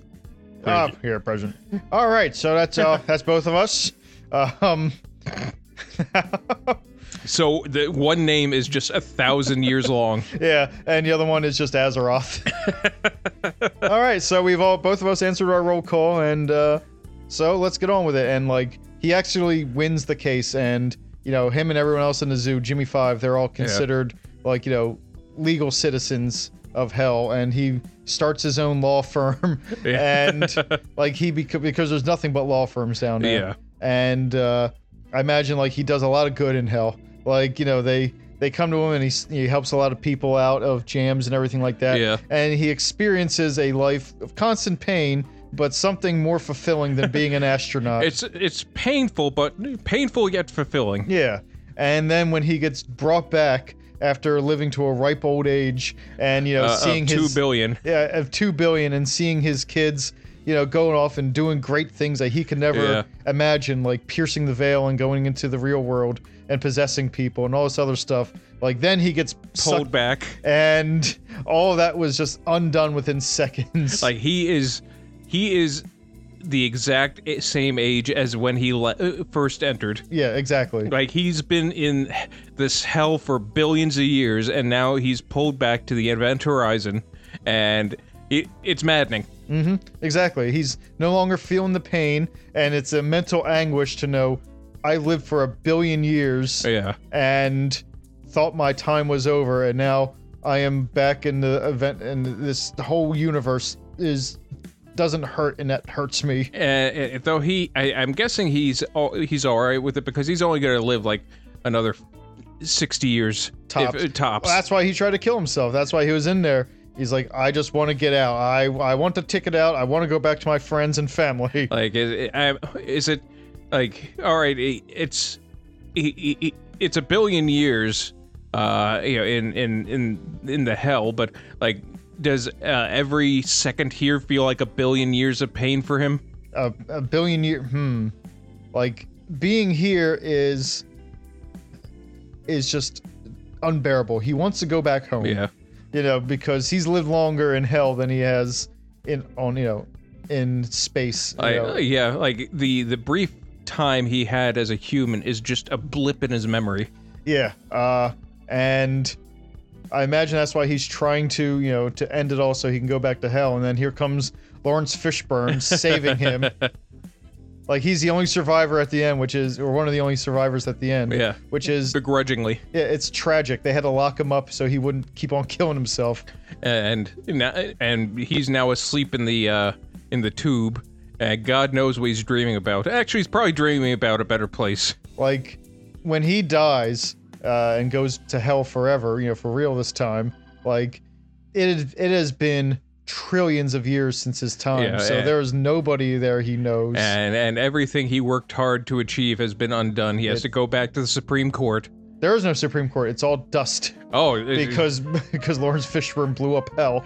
Ah, here, present. All right, so that's uh, that's both of us. Uh, um, So the one name is just a thousand years long. yeah, and the other one is just Azeroth. all right, so we've all both of us answered our roll call, and uh, so let's get on with it. And like he actually wins the case, and you know him and everyone else in the zoo, Jimmy Five, they're all considered like you know legal citizens of hell, and he starts his own law firm, Yeah. and like he beca- because there's nothing but law firms down there, Yeah. and uh, I imagine like he does a lot of good in hell. Like you know they they come to him and he s- he helps a lot of people out of jams and everything like that. Yeah. And he experiences a life of constant pain, but something more fulfilling than being an astronaut. It's it's painful, but painful yet fulfilling. yeah. And then when he gets brought back after living to a ripe old age and you know Uh, seeing of two his billion. yeah, of two billion and seeing his kids, you know, going off and doing great things that he could never Yeah. imagine, like piercing the veil and going into the real world and possessing people and all this other stuff. Like then he gets Pulled pulled, back. and all of that was just undone within seconds. Like he is, he is the exact i- same age as when he le- uh, first entered. yeah, exactly. Like he's been in this hell for billions of years, and now he's pulled back to the event horizon, and it, it's maddening. hmm Exactly. He's no longer feeling the pain, and it's a mental anguish to know I lived for a billion years. Yeah, and thought my time was over and now I am back in the event and this whole universe is doesn't hurt and that hurts me. and, though he, I, I'm guessing he's all, he's all right with it because he's only gonna live like another sixty years if- Tops. uh, tops. Well, that's why he tried to kill himself. That's why he was in there. He's like, I just want to get out. I I want to ticket out. I want to go back to my friends and family. Like, is it, I- is it like all right? i- It's i- i- i- it's a billion years, uh, you know, in in in in the hell. But like, does uh, every second here feel like a billion years of pain for him? a, a billion year hmm like being here is is just unbearable he wants to go back home Yeah. you know because he's lived longer in hell than he has in on you know in space you I, uh, know. yeah, like the the brief time he had as a human is just a blip in his memory. yeah uh and i imagine that's why he's trying to you know to end it all so he can go back to hell and then here comes lawrence fishburne saving him like he's the only survivor at the end which is or one of the only survivors at the end Yeah. which is Begrudgingly, Yeah, it's tragic. They had to lock him up so he wouldn't keep on killing himself. and now- and he's now asleep in the uh, in the tube, and God knows what he's dreaming about. Actually, he's probably dreaming about a better place. Like, when he dies uh, and goes to hell forever, you know, for real this time, like, it, it has been trillions of years since his time. Yeah, so and- there's nobody there he knows. and and everything he worked hard to achieve has been undone. He has It- to go back to the Supreme Court. There is no Supreme Court. It's all dust Oh, it- it- because because Lawrence Fishburne blew up hell.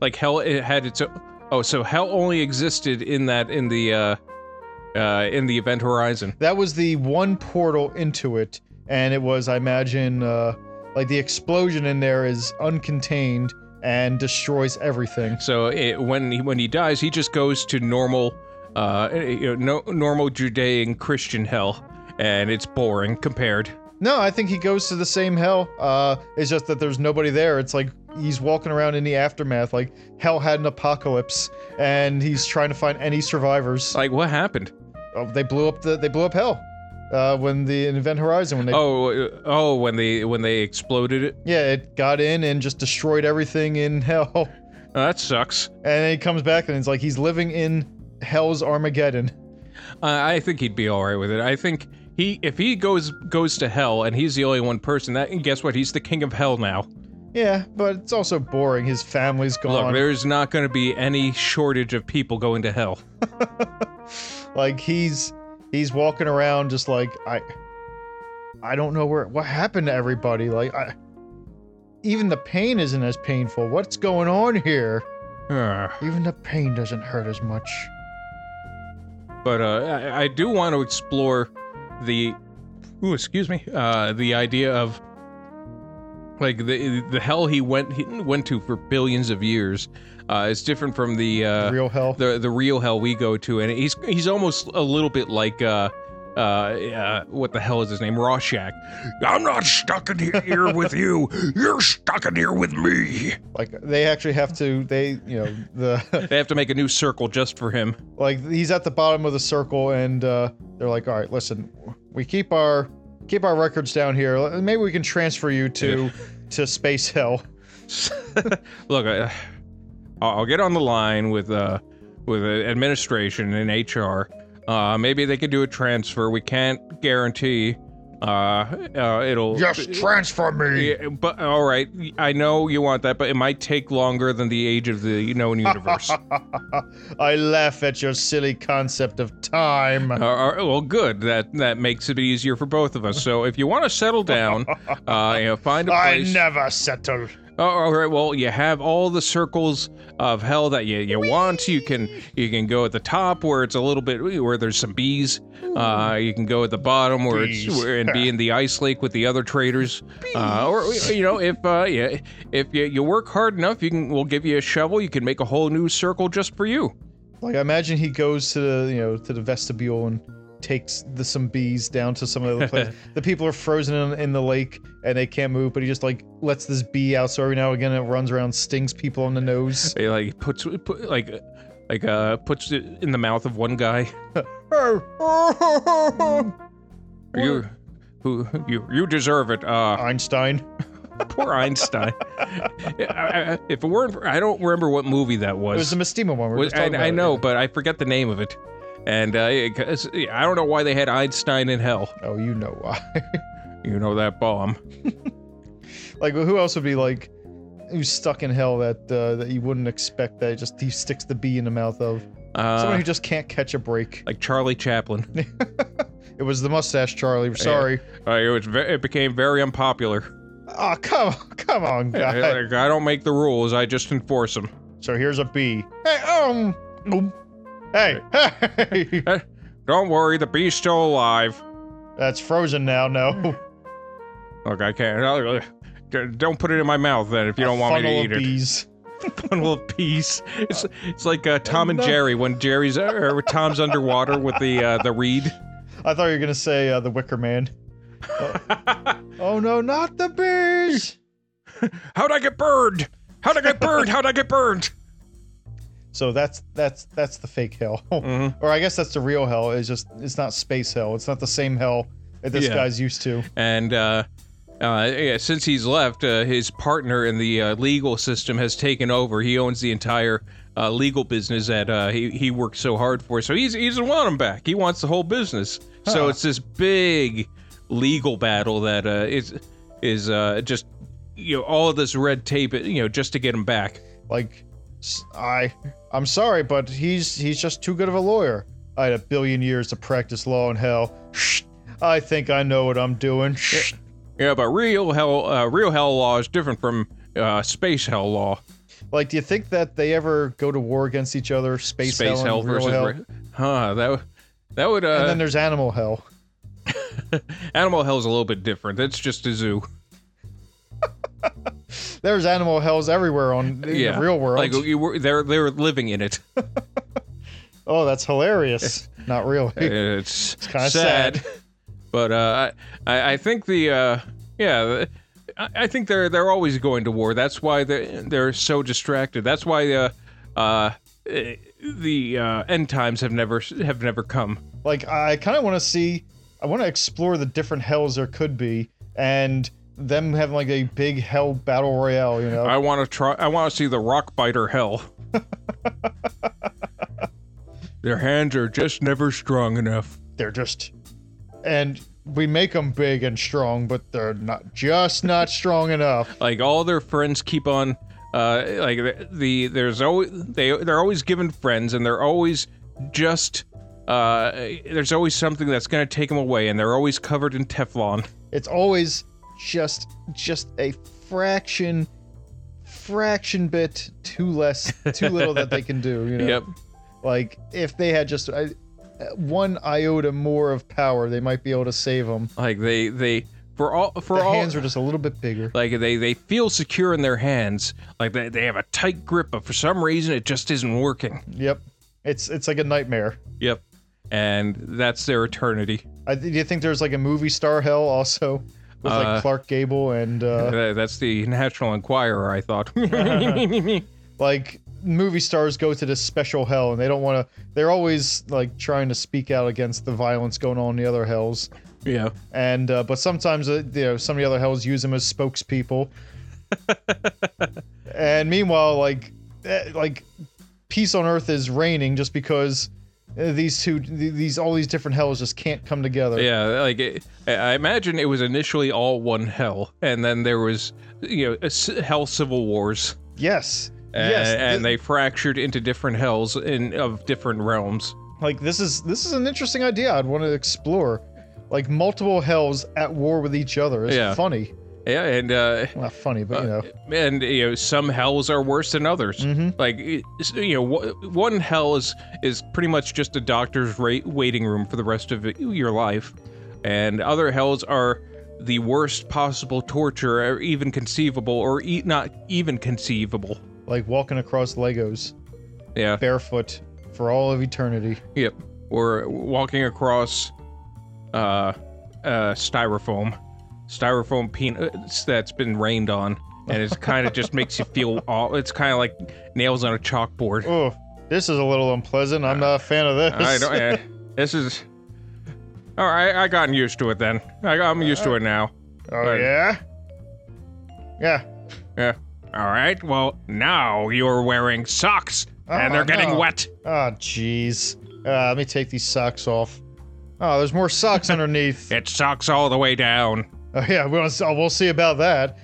like hell it had its o- oh so hell only existed in that in the uh uh in the event horizon That was the one portal into it, and it was I imagine uh, like the explosion in there is uncontained and destroys everything. so it, when he when he dies he just goes to normal uh you know no, normal judean christian hell and it's boring compared No, I think he goes to the same hell. Uh, it's just that there's nobody there. It's like he's walking around in the aftermath, like hell had an apocalypse, and he's trying to find any survivors. like what happened Oh, they blew up the they blew up hell uh, when the in Event Horizon when they oh uh, oh when they when they exploded it yeah it got in and just destroyed everything in hell. Oh, that sucks And then he comes back and it's like he's living in hell's Armageddon. uh, i think he'd be all right with it i think he if he goes goes to hell and he's the only one person that guess what he's the king of hell now Yeah, but it's also boring. His family's Look, gone. there's not going to be any shortage of people going to hell. like he's he's walking around just like I I don't know where what happened to everybody. Like I even the pain isn't as painful. What's going on here? Ugh. Even the pain doesn't hurt as much. But uh, I, I do want to explore the, ooh, excuse me, uh, the idea of like the the hell he went he went to for billions of years uh, is different from the uh, Real hell. the the real hell we go to, and he's he's almost a little bit like. Uh, uh, uh, what the hell is his name? Rorschach. I'm not stuck in here with you. You're stuck in here with me. like they actually have to they you know the They have to make a new circle just for him. like he's at the bottom of the circle and uh they're like, "All right, listen. We keep our keep our records down here. Maybe we can transfer you to to space hell." Look, I, I'll I'll get on the line with uh, with uh, administration and HR. Uh, maybe they could do a transfer. We can't guarantee. Uh, uh, it'll. Just transfer me. Yeah, but all right, I know you want that, but it might take longer than the age of the known universe. uh, I laugh at your silly concept of time. uh, well, good. That that makes it easier for both of us. So if you want to settle down, uh, you know, find a I place. never settle. Oh, all right. Well, you have all the circles of hell that you, you want. You can you can go at the top where it's a little bit where there's some bees. Uh, you can go at the bottom where it's Bees. where, and be in the ice lake with the other traders. Uh, or you know if uh, yeah, if you, you work hard enough, you can we'll give you a shovel. You can make a whole new circle just for you. Like I imagine he goes to the you know to the vestibule and takes the, some bees down to some other place. the people are frozen in, in the lake and they can't move, but he just like lets this bee out. So every now and again it runs around, stings people on the nose. It, like puts put, like like uh puts it in the mouth of one guy. Are you who you you deserve it. Uh, Einstein. Poor Einstein. I- I- if it weren't, for, I don't remember what movie that It was was. the Mestima one. we were Was- just I, talking about I it. know, but I forget the name of it. And uh, it- 'cause I don't know why they had Einstein in hell. Oh, you know why. You know that bomb. Like, who else would be like, who's stuck in hell that uh, that you wouldn't expect that just he sticks the bee in the mouth of? Someone Uh, who just can't catch a break. like Charlie Chaplin. It was the mustache, Charlie. Sorry. Uh, it was ve- it became very unpopular. Uh, Oh, come on, come on, guy. Like, I don't make the rules; I just enforce them. So here's a bee. Hey, um, um. hey, hey. Don't worry, the bee's still alive. That's frozen now. No, Look, I can't. uh, Don't put it in my mouth then if you don't A want me to funnel eat of it. bees. funnel of peas. It's it's like uh, Tom and no. Jerry when Jerry's uh, or Tom's underwater with the uh, the reed. I thought you were gonna say uh, the Wicker Man. Oh no, not the bees. How'd I get burned? How'd I get burned? How'd I get burned? So that's that's that's the fake hell, Mhm. or I guess that's the real hell. It's just it's not space hell. It's not the same hell that this Yeah. guy's used to. And uh, uh, yeah, since he's left, uh, his partner in the uh, legal system has taken over. He owns the entire uh, legal business that uh, he he worked so hard for. So he's he doesn't want him back. He wants the whole business. So Huh. it's this big legal battle that uh, is is uh, just you know all of this red tape uh, you know just to get him back. Like, s- I I'm sorry, but he's he's just too good of a lawyer. I had a billion years to practice law in hell. Shh, I think I know what I'm doing. Yeah, but real hell, uh, real hell law is different from uh, space hell law. Like, do you think that they ever go to war against each other? Space, Space hell, hell and real versus, hell? re- huh? That w- that would and then uh, there's animal hell. animal hell is a little bit different. That's just a zoo. There's animal hells everywhere on in yeah, the real world. Like you were, they're they're living in it. oh, that's hilarious. Not really. It's, kinda sad, sad. but uh, I I think the uh, yeah. the- I I think they're they're always going to war. That's why they're they're so distracted. That's why uh, uh, eh, the uh, end times have never have never come. like I kind of want to see I want to explore the different hells there could be and them having like a big hell battle royale, you know. I want to try. I want to see the rock biter hell. Their hands are just never strong enough. they're just and we make them big and strong, but they're not just not strong enough. Like all their friends keep on, uh, like the, the there's always they they're always given friends and they're always just. Uh, there's always something that's gonna take them away, and they're always covered in Teflon. It's always just just a fraction fraction bit too less too little that they can do, you know. Yep. Like if they had just uh, one iota more of power, they might be able to save them. Like they they for all for Their all hands are just a little bit bigger. Like they they feel secure in their hands. Like they they have a tight grip, but for some reason it just isn't working. Yep. It's it's like a nightmare. Yep. And that's their eternity. I, do you think there's like a movie star hell also with like Uh, Clark Gable and uh, Th- That's the National Enquirer, I thought. Uh-huh. like movie stars go to this special hell and they don't want to. They're always like trying to speak out against the violence going on in the other hells. yeah. And uh, but sometimes uh, you know some of the other hells use them as spokespeople. and meanwhile, like eh, like peace on earth is reigning just because uh, these two th- these all these different hells just can't come together. Yeah, like it, I I imagine it was initially all one hell and then there was you know, a s- hell civil wars. Yes. And, yes. th- and they fractured into different hells in of different realms. like this is this is an interesting idea I'd want to explore. Like multiple hells at war with each other. It's Yeah. funny. Yeah, and uh Well, not funny, but you know. and you know some hells are worse than others. Mhm. Like it's- you know, wh- one hell is is pretty much just a doctor's ra- waiting room for the rest of it- your life, and other hells are the worst possible torture, or even conceivable, or e- not even conceivable. Like walking across Legos Yeah. barefoot for all of eternity. Yep. Or walking across, uh, uh, styrofoam, styrofoam peanuts that's been rained on. And it's kind of just makes you feel all. It's kind of like nails on a chalkboard. Oh, this is a little unpleasant. I'm not a fan of this. I don't. eh, this is. All right, I gotten used to it then. I, I'm used to it now. oh yeah. Yeah. Yeah. All right. Well, now you're wearing socks, and Oh, they're getting no. wet. Oh jeez. Uh, let me take these socks off. Oh, there's more socks underneath. It sucks all the way down. Oh yeah, we'll, oh, we'll see about that.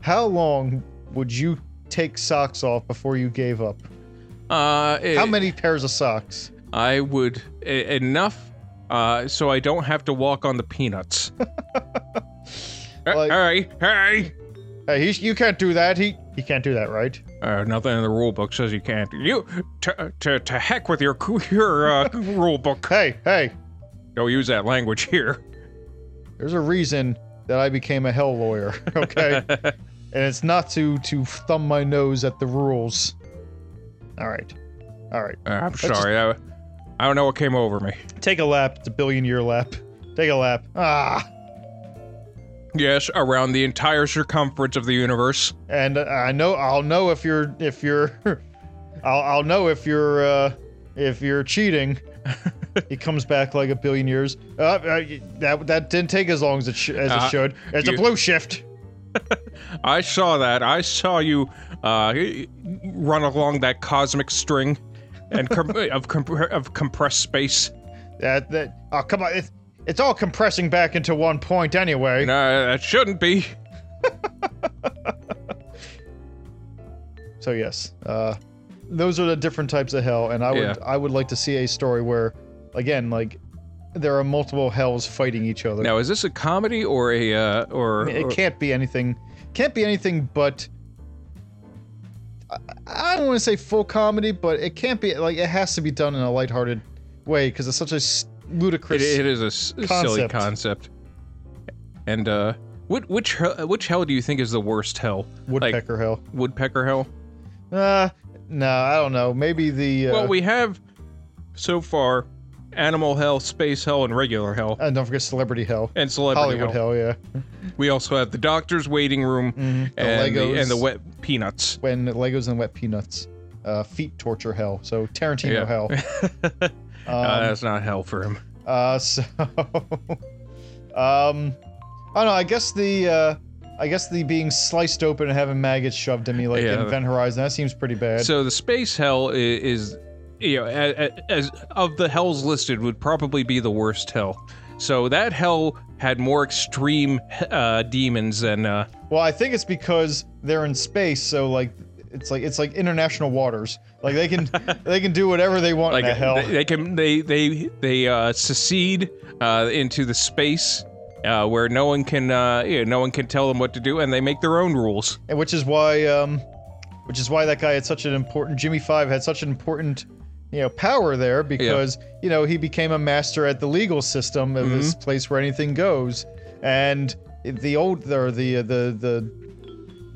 How long would you take socks off before you gave up? Uh, it, How many pairs of socks? I would e- enough, uh, so I don't have to walk on the peanuts. Eh, Like- hey, hey! Hey, he's, you can't do that. He he can't do that, right? Uh, nothing in the rule book says you can't. You to to to heck with your cu- your uh, rule book. Hey, hey, Don't use that language here. there's a reason that I became a hell lawyer, okay? and it's not to to thumb my nose at the rules. All right, all right. Uh, I'm just- sorry. I, I don't know what came over me. Take a lap. It's a billion year lap. Take a lap. Ah, Yes, around the entire circumference of the universe. and I know I'll know if you're if you're I'll I'll know if you're uh, if you're cheating. He comes back like a billion years. Uh, uh, that that didn't take as long as it sh- as Uh, it should. It's you- a blue shift. I saw that. I saw you uh, run along that cosmic string and com- of, comp- of compressed space. That that oh come on, it's it's all compressing back into one point anyway. No, that shouldn't be. So yes, uh, those are the different types of hell, and I would Yeah. I would like to see a story where, again, like there are multiple hells fighting each other. Now, is this a comedy or a uh, or, it or- can't be anything. Can't be anything but. I- I don't want to say full comedy, but it can't be like it has to be done in a lighthearted way because it's such a s- it, ludicrous. it is a s- silly Concept. concept. And uh, which which hell- which hell do you think is the worst hell? woodpecker hell. Woodpecker hell? Uh, no, I don't know. Maybe the uh, Well, we have so far animal hell, space hell, and regular hell, and don't forget celebrity hell, and celebrity Uh, Hollywood hell. hell, yeah. We also have the doctor's waiting room Mhm. The and, Legos the, and the wet peanuts. when Legos and wet peanuts, uh, feet torture hell. So Tarantino Yeah. hell. Um, Uh, that's not hell for him. Uh, so, um, I don't know. I guess the uh, I guess the being sliced open and having maggots shoved in me like Yeah. in Event Horizon that seems pretty bad. So the space hell i- is, you know, as, as of the hells listed, would probably be the worst hell. So that hell had more extreme uh, demons than uh, well, I think it's because they're in space, so like it's like it's like international waters. Like they can they can do whatever they want like in that hell. They, they can they they they uh, secede uh, into the space uh, where no one can uh, you know, no one can tell them what to do, and they make their own rules. and which is why um, which is why that guy had such an important Jimmy Five had such an important you know power there because you know he became a master at the legal system of this place where anything goes, and the old or the the the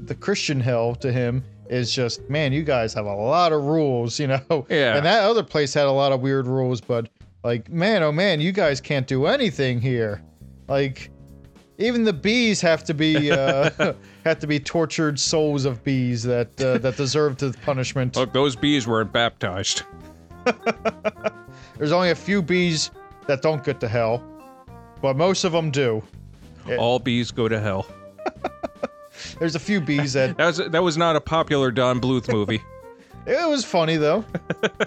the Christian hell to him is just man you guys have a lot of rules you know Yeah. and that other place had a lot of weird rules but like man oh man you guys can't do anything here like even the bees have to be uh, have to be tortured souls of bees that uh, that deserve the punishment. Look, those bees were baptized. There's only a few bees that don't get to hell, but most of them do. All bees go to hell. There's a few bees that That was that was not a popular Don Bluth movie. it was funny though.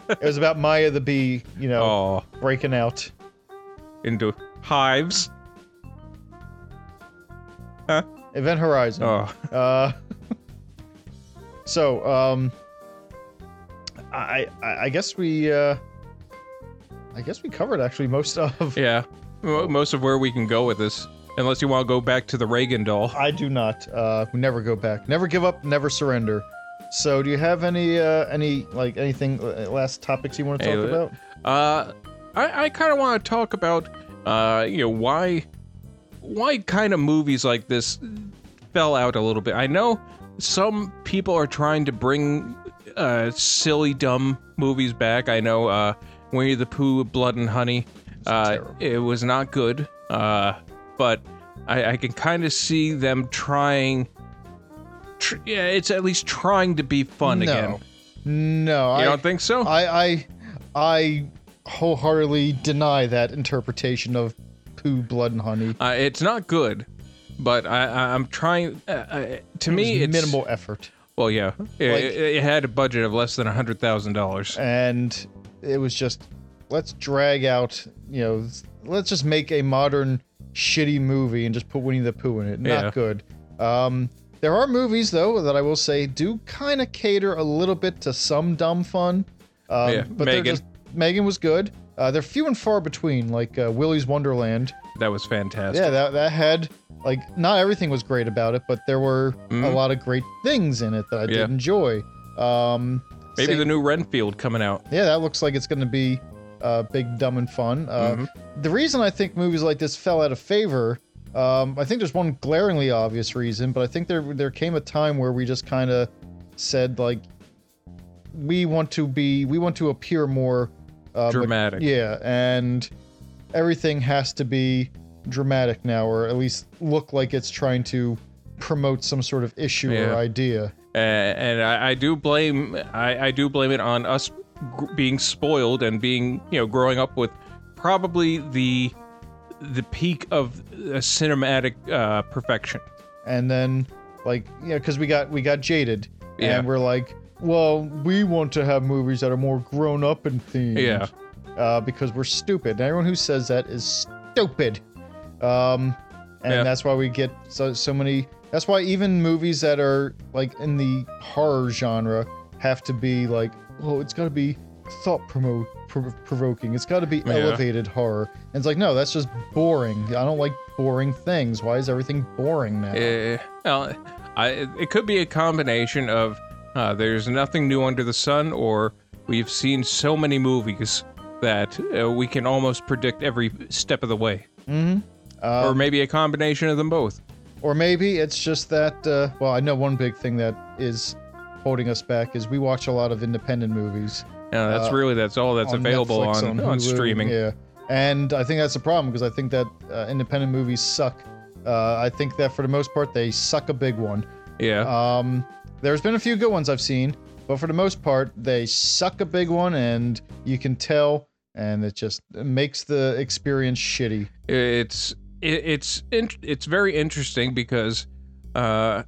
It was about Maya the bee, you know, oh, breaking out. into hives. Event Horizon. Oh, Uh, so, um, I, I I guess we uh, I guess we covered actually most of. yeah. Mo- Most of where we can go with this, unless you want to go back to the Reagan doll. I do not. Uh, we never go back. Never give up. Never surrender. So, do you have any uh, any like anything uh, last topics you want to Hey, talk uh, about? Uh, I, I kind of want to talk about, uh, you know, why, why kind of movies like this fell out a little bit. I know some people are trying to bring uh, silly, dumb movies back. I know uh, Winnie the Pooh, Blood and Honey. Uh, terrible. it was not good, uh, but I, I can kind of see them trying. Tr- yeah, it's at least trying to be fun no, again. no. You I, don't think so? I I I wholeheartedly deny that interpretation of poo, blood, and honey. Uh, it's not good, but I, I I'm trying. Uh, uh, to me, It was it's minimal effort. Well, yeah, it, it, it had a budget of less than a hundred thousand Uh, dollars. and it was just let's drag out you know let's just make a modern shitty movie and just put winnie the pooh in it not Yeah. good um there are movies though that i will say do kind of cater a little bit to some dumb fun um, Yeah, but they're Megan. just megan was good uh, they're few and far between like uh, willy's wonderland That was fantastic. yeah that, that had like not everything was great about it but there were a Mhm. lot of great things in it that i Yeah. did enjoy um Maybe same- the new Renfield coming out. yeah, that looks like it's going to be uh, big, dumb, and fun. Uh, The reason I think movies like this fell out of favor, um, I think there's one glaringly obvious reason, but I think there there came a time where we just kind of said like, we want to be, we want to appear more uh, ma- Dramatic. yeah, and everything has to be dramatic now, or at least look like it's trying to promote some sort of issue Yeah. or idea. Uh, and I, I do blame I, I do blame it on us gr being spoiled and being you know growing up with probably the the peak of uh, cinematic uh, perfection. and then like yeah because we got we got jaded Yeah. and we're like well we want to have movies that are more grown up and themed Yeah. uh, because we're stupid and everyone who says that is stupid um and Yeah. that's why we get so, so many that's why even movies that are like in the horror genre have to be like oh it's got to be thought promo- prov- provoking. It's got to be Yeah. elevated horror. And it's like, no, that's just boring. I don't like boring things. Why is everything boring now? Uh, well, I, it could be a combination of uh, there's nothing new under the sun, or we've seen so many movies that uh, we can almost predict every step of the way, hmm or maybe a combination of them both. Or maybe it's just that, uh, well, I know one big thing that is holding us back is we watch a lot of independent movies. Uh, that's uh, really that's all that's available Netflix, on on, Hulu, streaming. Yeah. And I think that's a problem because I think that uh, independent movies suck. Uh, I think that for the most part, they suck a big one. Yeah. Um, there's been a few good ones I've seen, but for the most part, they suck a big one, and you can tell, and it just makes the experience shitty. it's it, it's in, it's very interesting because uh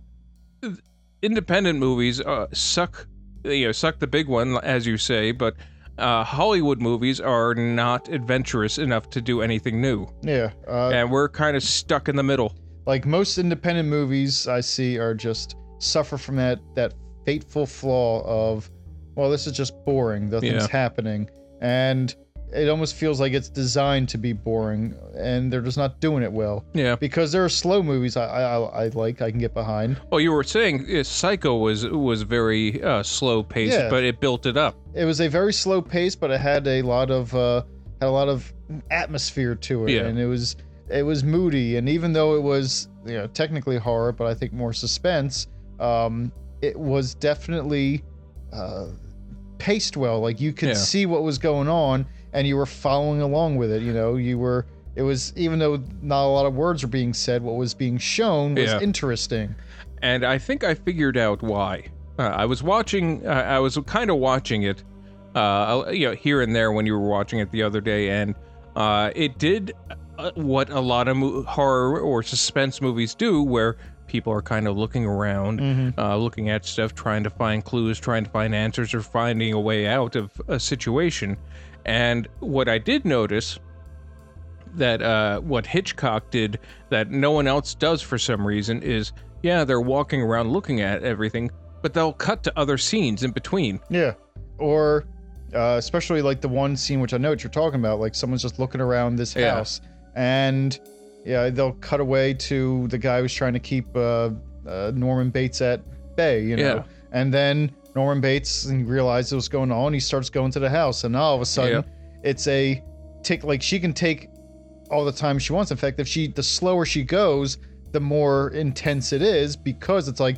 independent movies uh, suck you know suck the big one as you say but uh, Hollywood movies are not adventurous enough to do anything new, Yeah. Uh, and we're kind of stuck in the middle. like most independent movies I see are just suffer from that that fateful flaw of well this is just boring nothing's Yeah. happening and it almost feels like it's designed to be boring and they're just not doing it well Yeah. because there are slow movies I I, I- I like I can get behind Well, Oh, you were saying uh, Psycho was was very uh, slow paced, Yeah. but it built it up. it was a very slow pace but it had a lot of uh had a lot of atmosphere to it Yeah. and it was it was moody and even though it was you know technically horror but i think more suspense um it was definitely uh paced well like you could Yeah. see what was going on and you were following along with it you know you were it was even though not a lot of words were being said what was being shown was Yeah. interesting and I think I figured out why. Uh, I was watching, uh, I was kind of watching it, uh, you know, here and there when you were watching it the other day, and uh, it did uh, what a lot of mo- horror or suspense movies do, where people are kind of looking around, uh, looking at stuff, trying to find clues, trying to find answers, or finding a way out of a situation. And what I did notice that uh, what Hitchcock did that no one else does for some reason is yeah, they're walking around looking at everything, but they'll cut to other scenes in between. Yeah. Or uh, especially like the one scene which I know what you're talking about, like someone's just looking around this Yeah. house and yeah, they'll cut away to the guy who's trying to keep uh, uh, Norman Bates at bay, you know. Yeah. And then Norman Bates realizes what's going on. He starts going to the house, and all of a sudden, it's a tick. Like she can take all the time she wants. In fact, if she the slower she goes, the more intense it is because it's like,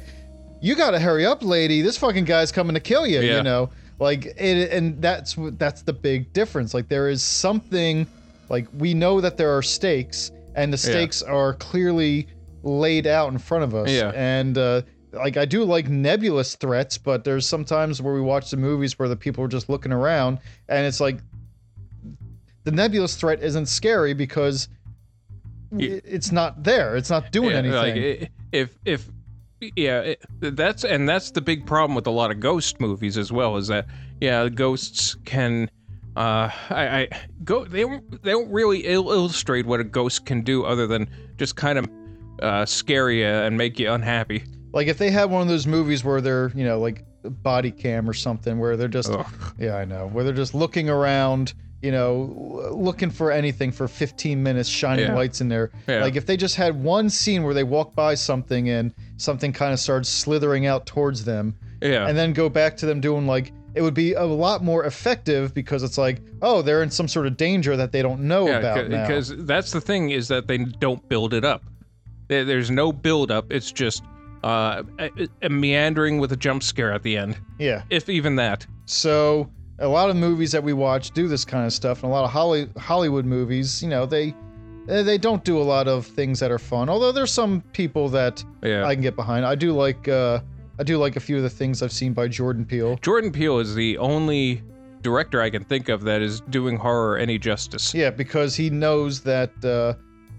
you gotta hurry up, lady. This fucking guy's coming to kill you. Yeah. You know, like it, and that's what- that's the big difference. Like there is something, like we know that there are stakes, and the stakes are clearly laid out in front of us. Yeah. And uh, like I do like nebulous threats, but there's sometimes where we watch the movies where the people are just looking around, and it's like the nebulous threat isn't scary because Yeah. i- it's not there. It's not doing Yeah, anything. Like i- if if yeah, it, that's and that's the big problem with a lot of ghost movies as well is that yeah, ghosts can uh I, I go they don't they don't really il- illustrate what a ghost can do other than just kind of uh scare you and make you unhappy. Like if they had one of those movies where they're, you know, like body cam or something where they're just Ugh. yeah, I know, where they're just looking around, you know, w- looking for anything for 15 minutes shining Yeah. lights in there. Yeah. Like if they just had one scene where they walk by something and something kind of starts slithering out towards them yeah. and then go back to them doing like it would be a lot more effective because it's like, oh, they're in some sort of danger that they don't know about now. because that's the thing is that they don't build it up. There- There's no build up. It's just uh, a, a meandering with a jump scare at the end, yeah. if even that. So a lot of movies that we watch do this kind of stuff, and a lot of Holly, Hollywood movies, you know, they eh, they don't do a lot of things that are fun. Although there's some people that Yeah. I can get behind. I do like uh, I do like a few of the things I've seen by Jordan Peele. Jordan Peele is the only director I can think of that is doing horror any justice. Yeah, because he knows that uh,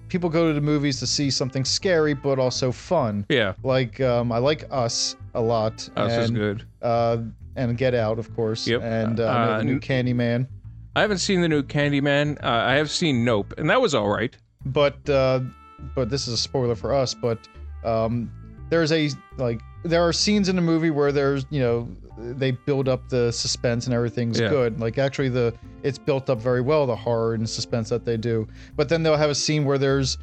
people go to the movies to see something scary but also fun. Yeah, Like um, I like Us a lot, that's and just good. Uh, and Get Out, of course, Yep. and uh, I know Uh, the new n- Candyman. I haven't seen the new Candyman. Uh, I have seen Nope, and that was all right. but uh, but this is a spoiler for us. But um, there's a like there are scenes in the movie where there's you know they build up the suspense and everything's Yeah. good. Like actually the it's built up very well the horror and suspense that they do. But then they'll have a scene where there's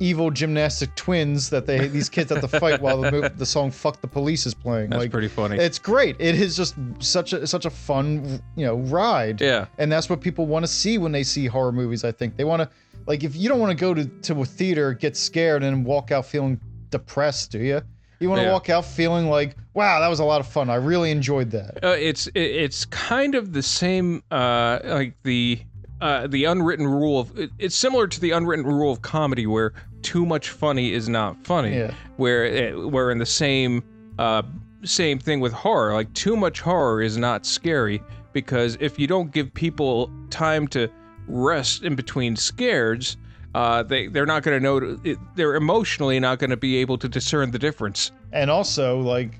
evil gymnastic twins that they these kids have to fight while the move, the song "Fuck the Police" is playing. That's like pretty funny. it's great. It is just such a such a fun you know ride. yeah. And that's what people want to see when they see horror movies, I think. They want to, like, if you don't want to go to, to a theater, get scared, and walk out feeling depressed, do you? You want to Yeah. walk out feeling like, wow, that was a lot of fun. I really enjoyed that. Uh, it's it- it's kind of the same uh, like the uh, the unwritten rule of it- it's similar to the unwritten rule of comedy where too much funny is not funny. Yeah. Where it, where in the same uh, same thing with horror like too much horror is not scary because if you don't give people time to rest in between scares. Uh, they they're not going to know. it- They're emotionally not going to be able to discern the difference. And also, like,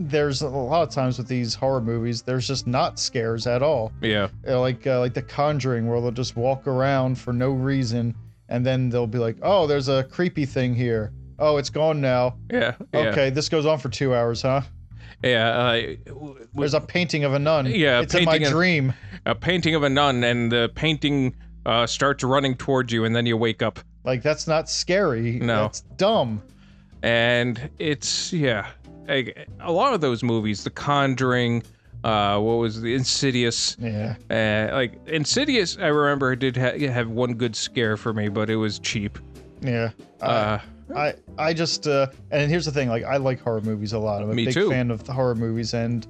there's a lot of times with these horror movies, there's just not scares at all. Yeah, Uh, Like, uh, like The Conjuring, where they'll just walk around for no reason, and then they'll be like, oh, there's a creepy thing here. Oh, it's gone now. yeah, yeah, Okay, this goes on for two hours, huh? yeah. Uh, There's a painting of a nun. Yeah, a it's in my painting of- dream. a painting of a nun, and the painting uh, starts running towards you, and then you wake up, Like that's not scary. No. that's dumb. and it's yeah, like, a lot of those movies, The Conjuring, uh, what was the Insidious, Yeah, uh, like Insidious, I remember did ha- have one good scare for me, but it was cheap. yeah. Uh, I I just uh, and here's the thing. Like I like horror movies a lot. I'm a Me big too. fan of the horror movies, and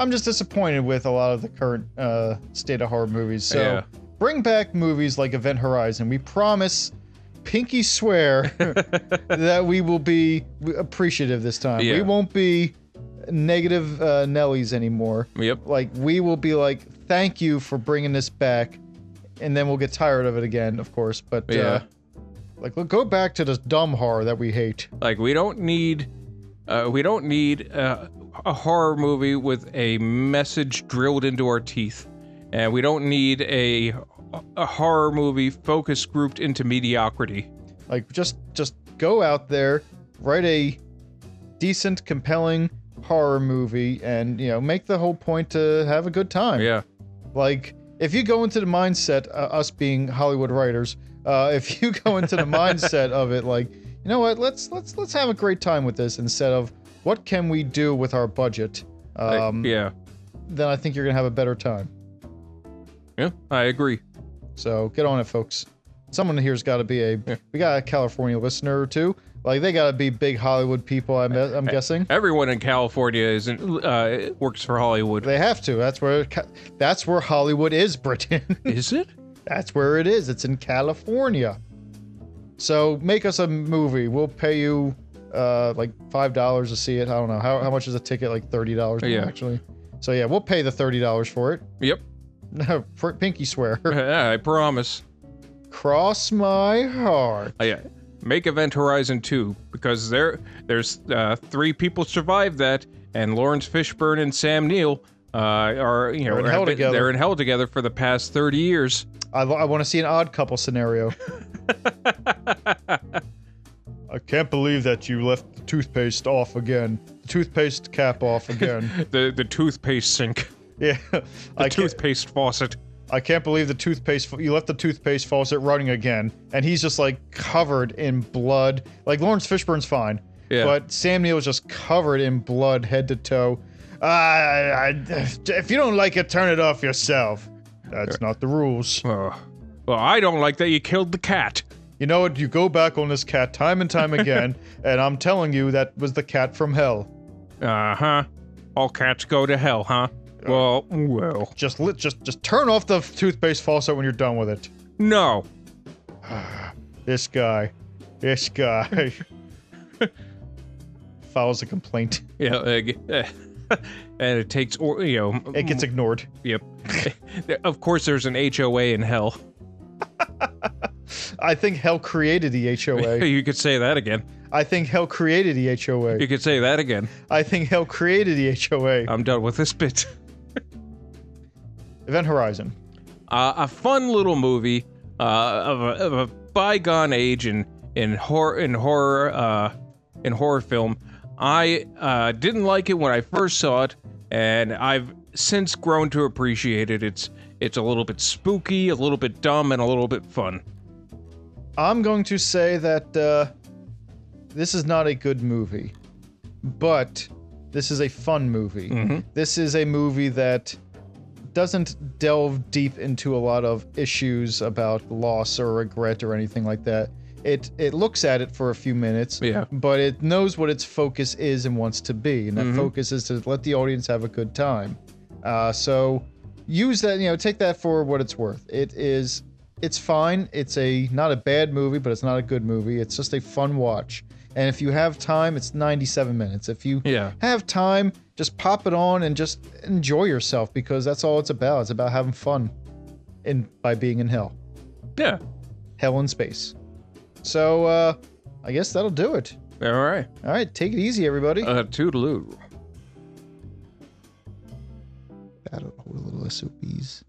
I'm just disappointed with a lot of the current uh, state of horror movies. So Yeah. bring back movies like Event Horizon. We promise. Pinky swear that we will be appreciative this time. Yeah. We won't be negative uh, Nellies anymore. Uh, yep, like we will be like thank you for bringing this back and then we'll get tired of it again of course but uh, Yeah. like we'll go back to this dumb horror that we hate like we don't need. Uh, we don't need uh, a horror movie with a message drilled into our teeth, and we don't need a a horror movie focus grouped into mediocrity. like just just go out there write a decent compelling horror movie and you know make the whole point to have a good time Yeah, Like, if you go into the mindset, uh, us being Hollywood writers, uh, if you go into the mindset of it, like, you know what, let's let's let's have a great time with this instead of what can we do with our budget, I- um, yeah, then I think you're gonna have a better time. yeah. I agree. So get on it, folks. Someone here's got to be a we got a California listener or two. Like they got to be big Hollywood people. I'm, I'm guessing Everyone in California is in, uh, works for Hollywood. they have to. That's where Ca- that's where Hollywood is, Britain. Is it? That's where it is. It's in California. So make us a movie. We'll pay you uh, like five dollars to see it. I don't know how, how much is a ticket. Like thirty dollars Yeah. actually. So yeah, we'll pay the thirty dollars for it. Yep. No, pr- pinky swear. Yeah, I promise. Cross my heart. Uh, yeah. Make Event Horizon two because there there's uh, three people survived that, and Lawrence Fishburne and Sam Neill uh, are you know They're in hell have been- together. they're in hell together for the past thirty years. I, lo- I want to see an odd couple scenario. I can't believe that you left the toothpaste off again. The toothpaste cap off again. The the toothpaste sink, yeah. the I can't- toothpaste faucet. I can't believe the toothpaste. You left the toothpaste faucet running again, and he's just like covered in blood. Like Lawrence Fishburne's fine, Yeah. but Sam Neill is just covered in blood, head to toe. I, I, I- if you don't like it, turn it off yourself. That's not the rules. Oh. Well, I don't like that you killed the cat. You know what? You go back on this cat time and time again, and I'm telling you that was the cat from hell. Uh huh. All cats go to hell, huh? Uh. Well, well. Just lit. Just just turn off the toothpaste faucet when you're done with it. No. This guy. This guy. Files a complaint. Yeah. like, eh, and it takes, or you know, m- It gets ignored. Yep. of course, there's an HOA in hell. I think hell created the HOA. You could say that again. I think hell created the HOA. You could say that again. I think hell created the HOA. I'm done with this bit. Event Horizon. Uh, a fun little movie uh, of, a, of a bygone age in in horror in horror uh, in horror film. I uh, didn't like it when I first saw it, and I've since grown to appreciate it. It's it's a little bit spooky, a little bit dumb, and a little bit fun. I'm going to say that uh, this is not a good movie, but this is a fun movie. Mhm. This is a movie that doesn't delve deep into a lot of issues about loss or regret or anything like that. It it looks at it for a few minutes, Yeah. but it knows what its focus is and wants to be, and that Mhm. focus is to let the audience have a good time. Uh, so use that, you know, take that for what it's worth. It is it's fine. It's a not a bad movie, but it's not a good movie. It's just a fun watch. And if you have time, it's 97 minutes. If you Yeah. have time, just pop it on and just enjoy yourself because that's all it's about. It's about having fun in by being in hell. Yeah. Hell in space. So uh I guess that'll do it. All right. All right, take it easy everybody. Uh, toodaloo. Battle of little SOBs.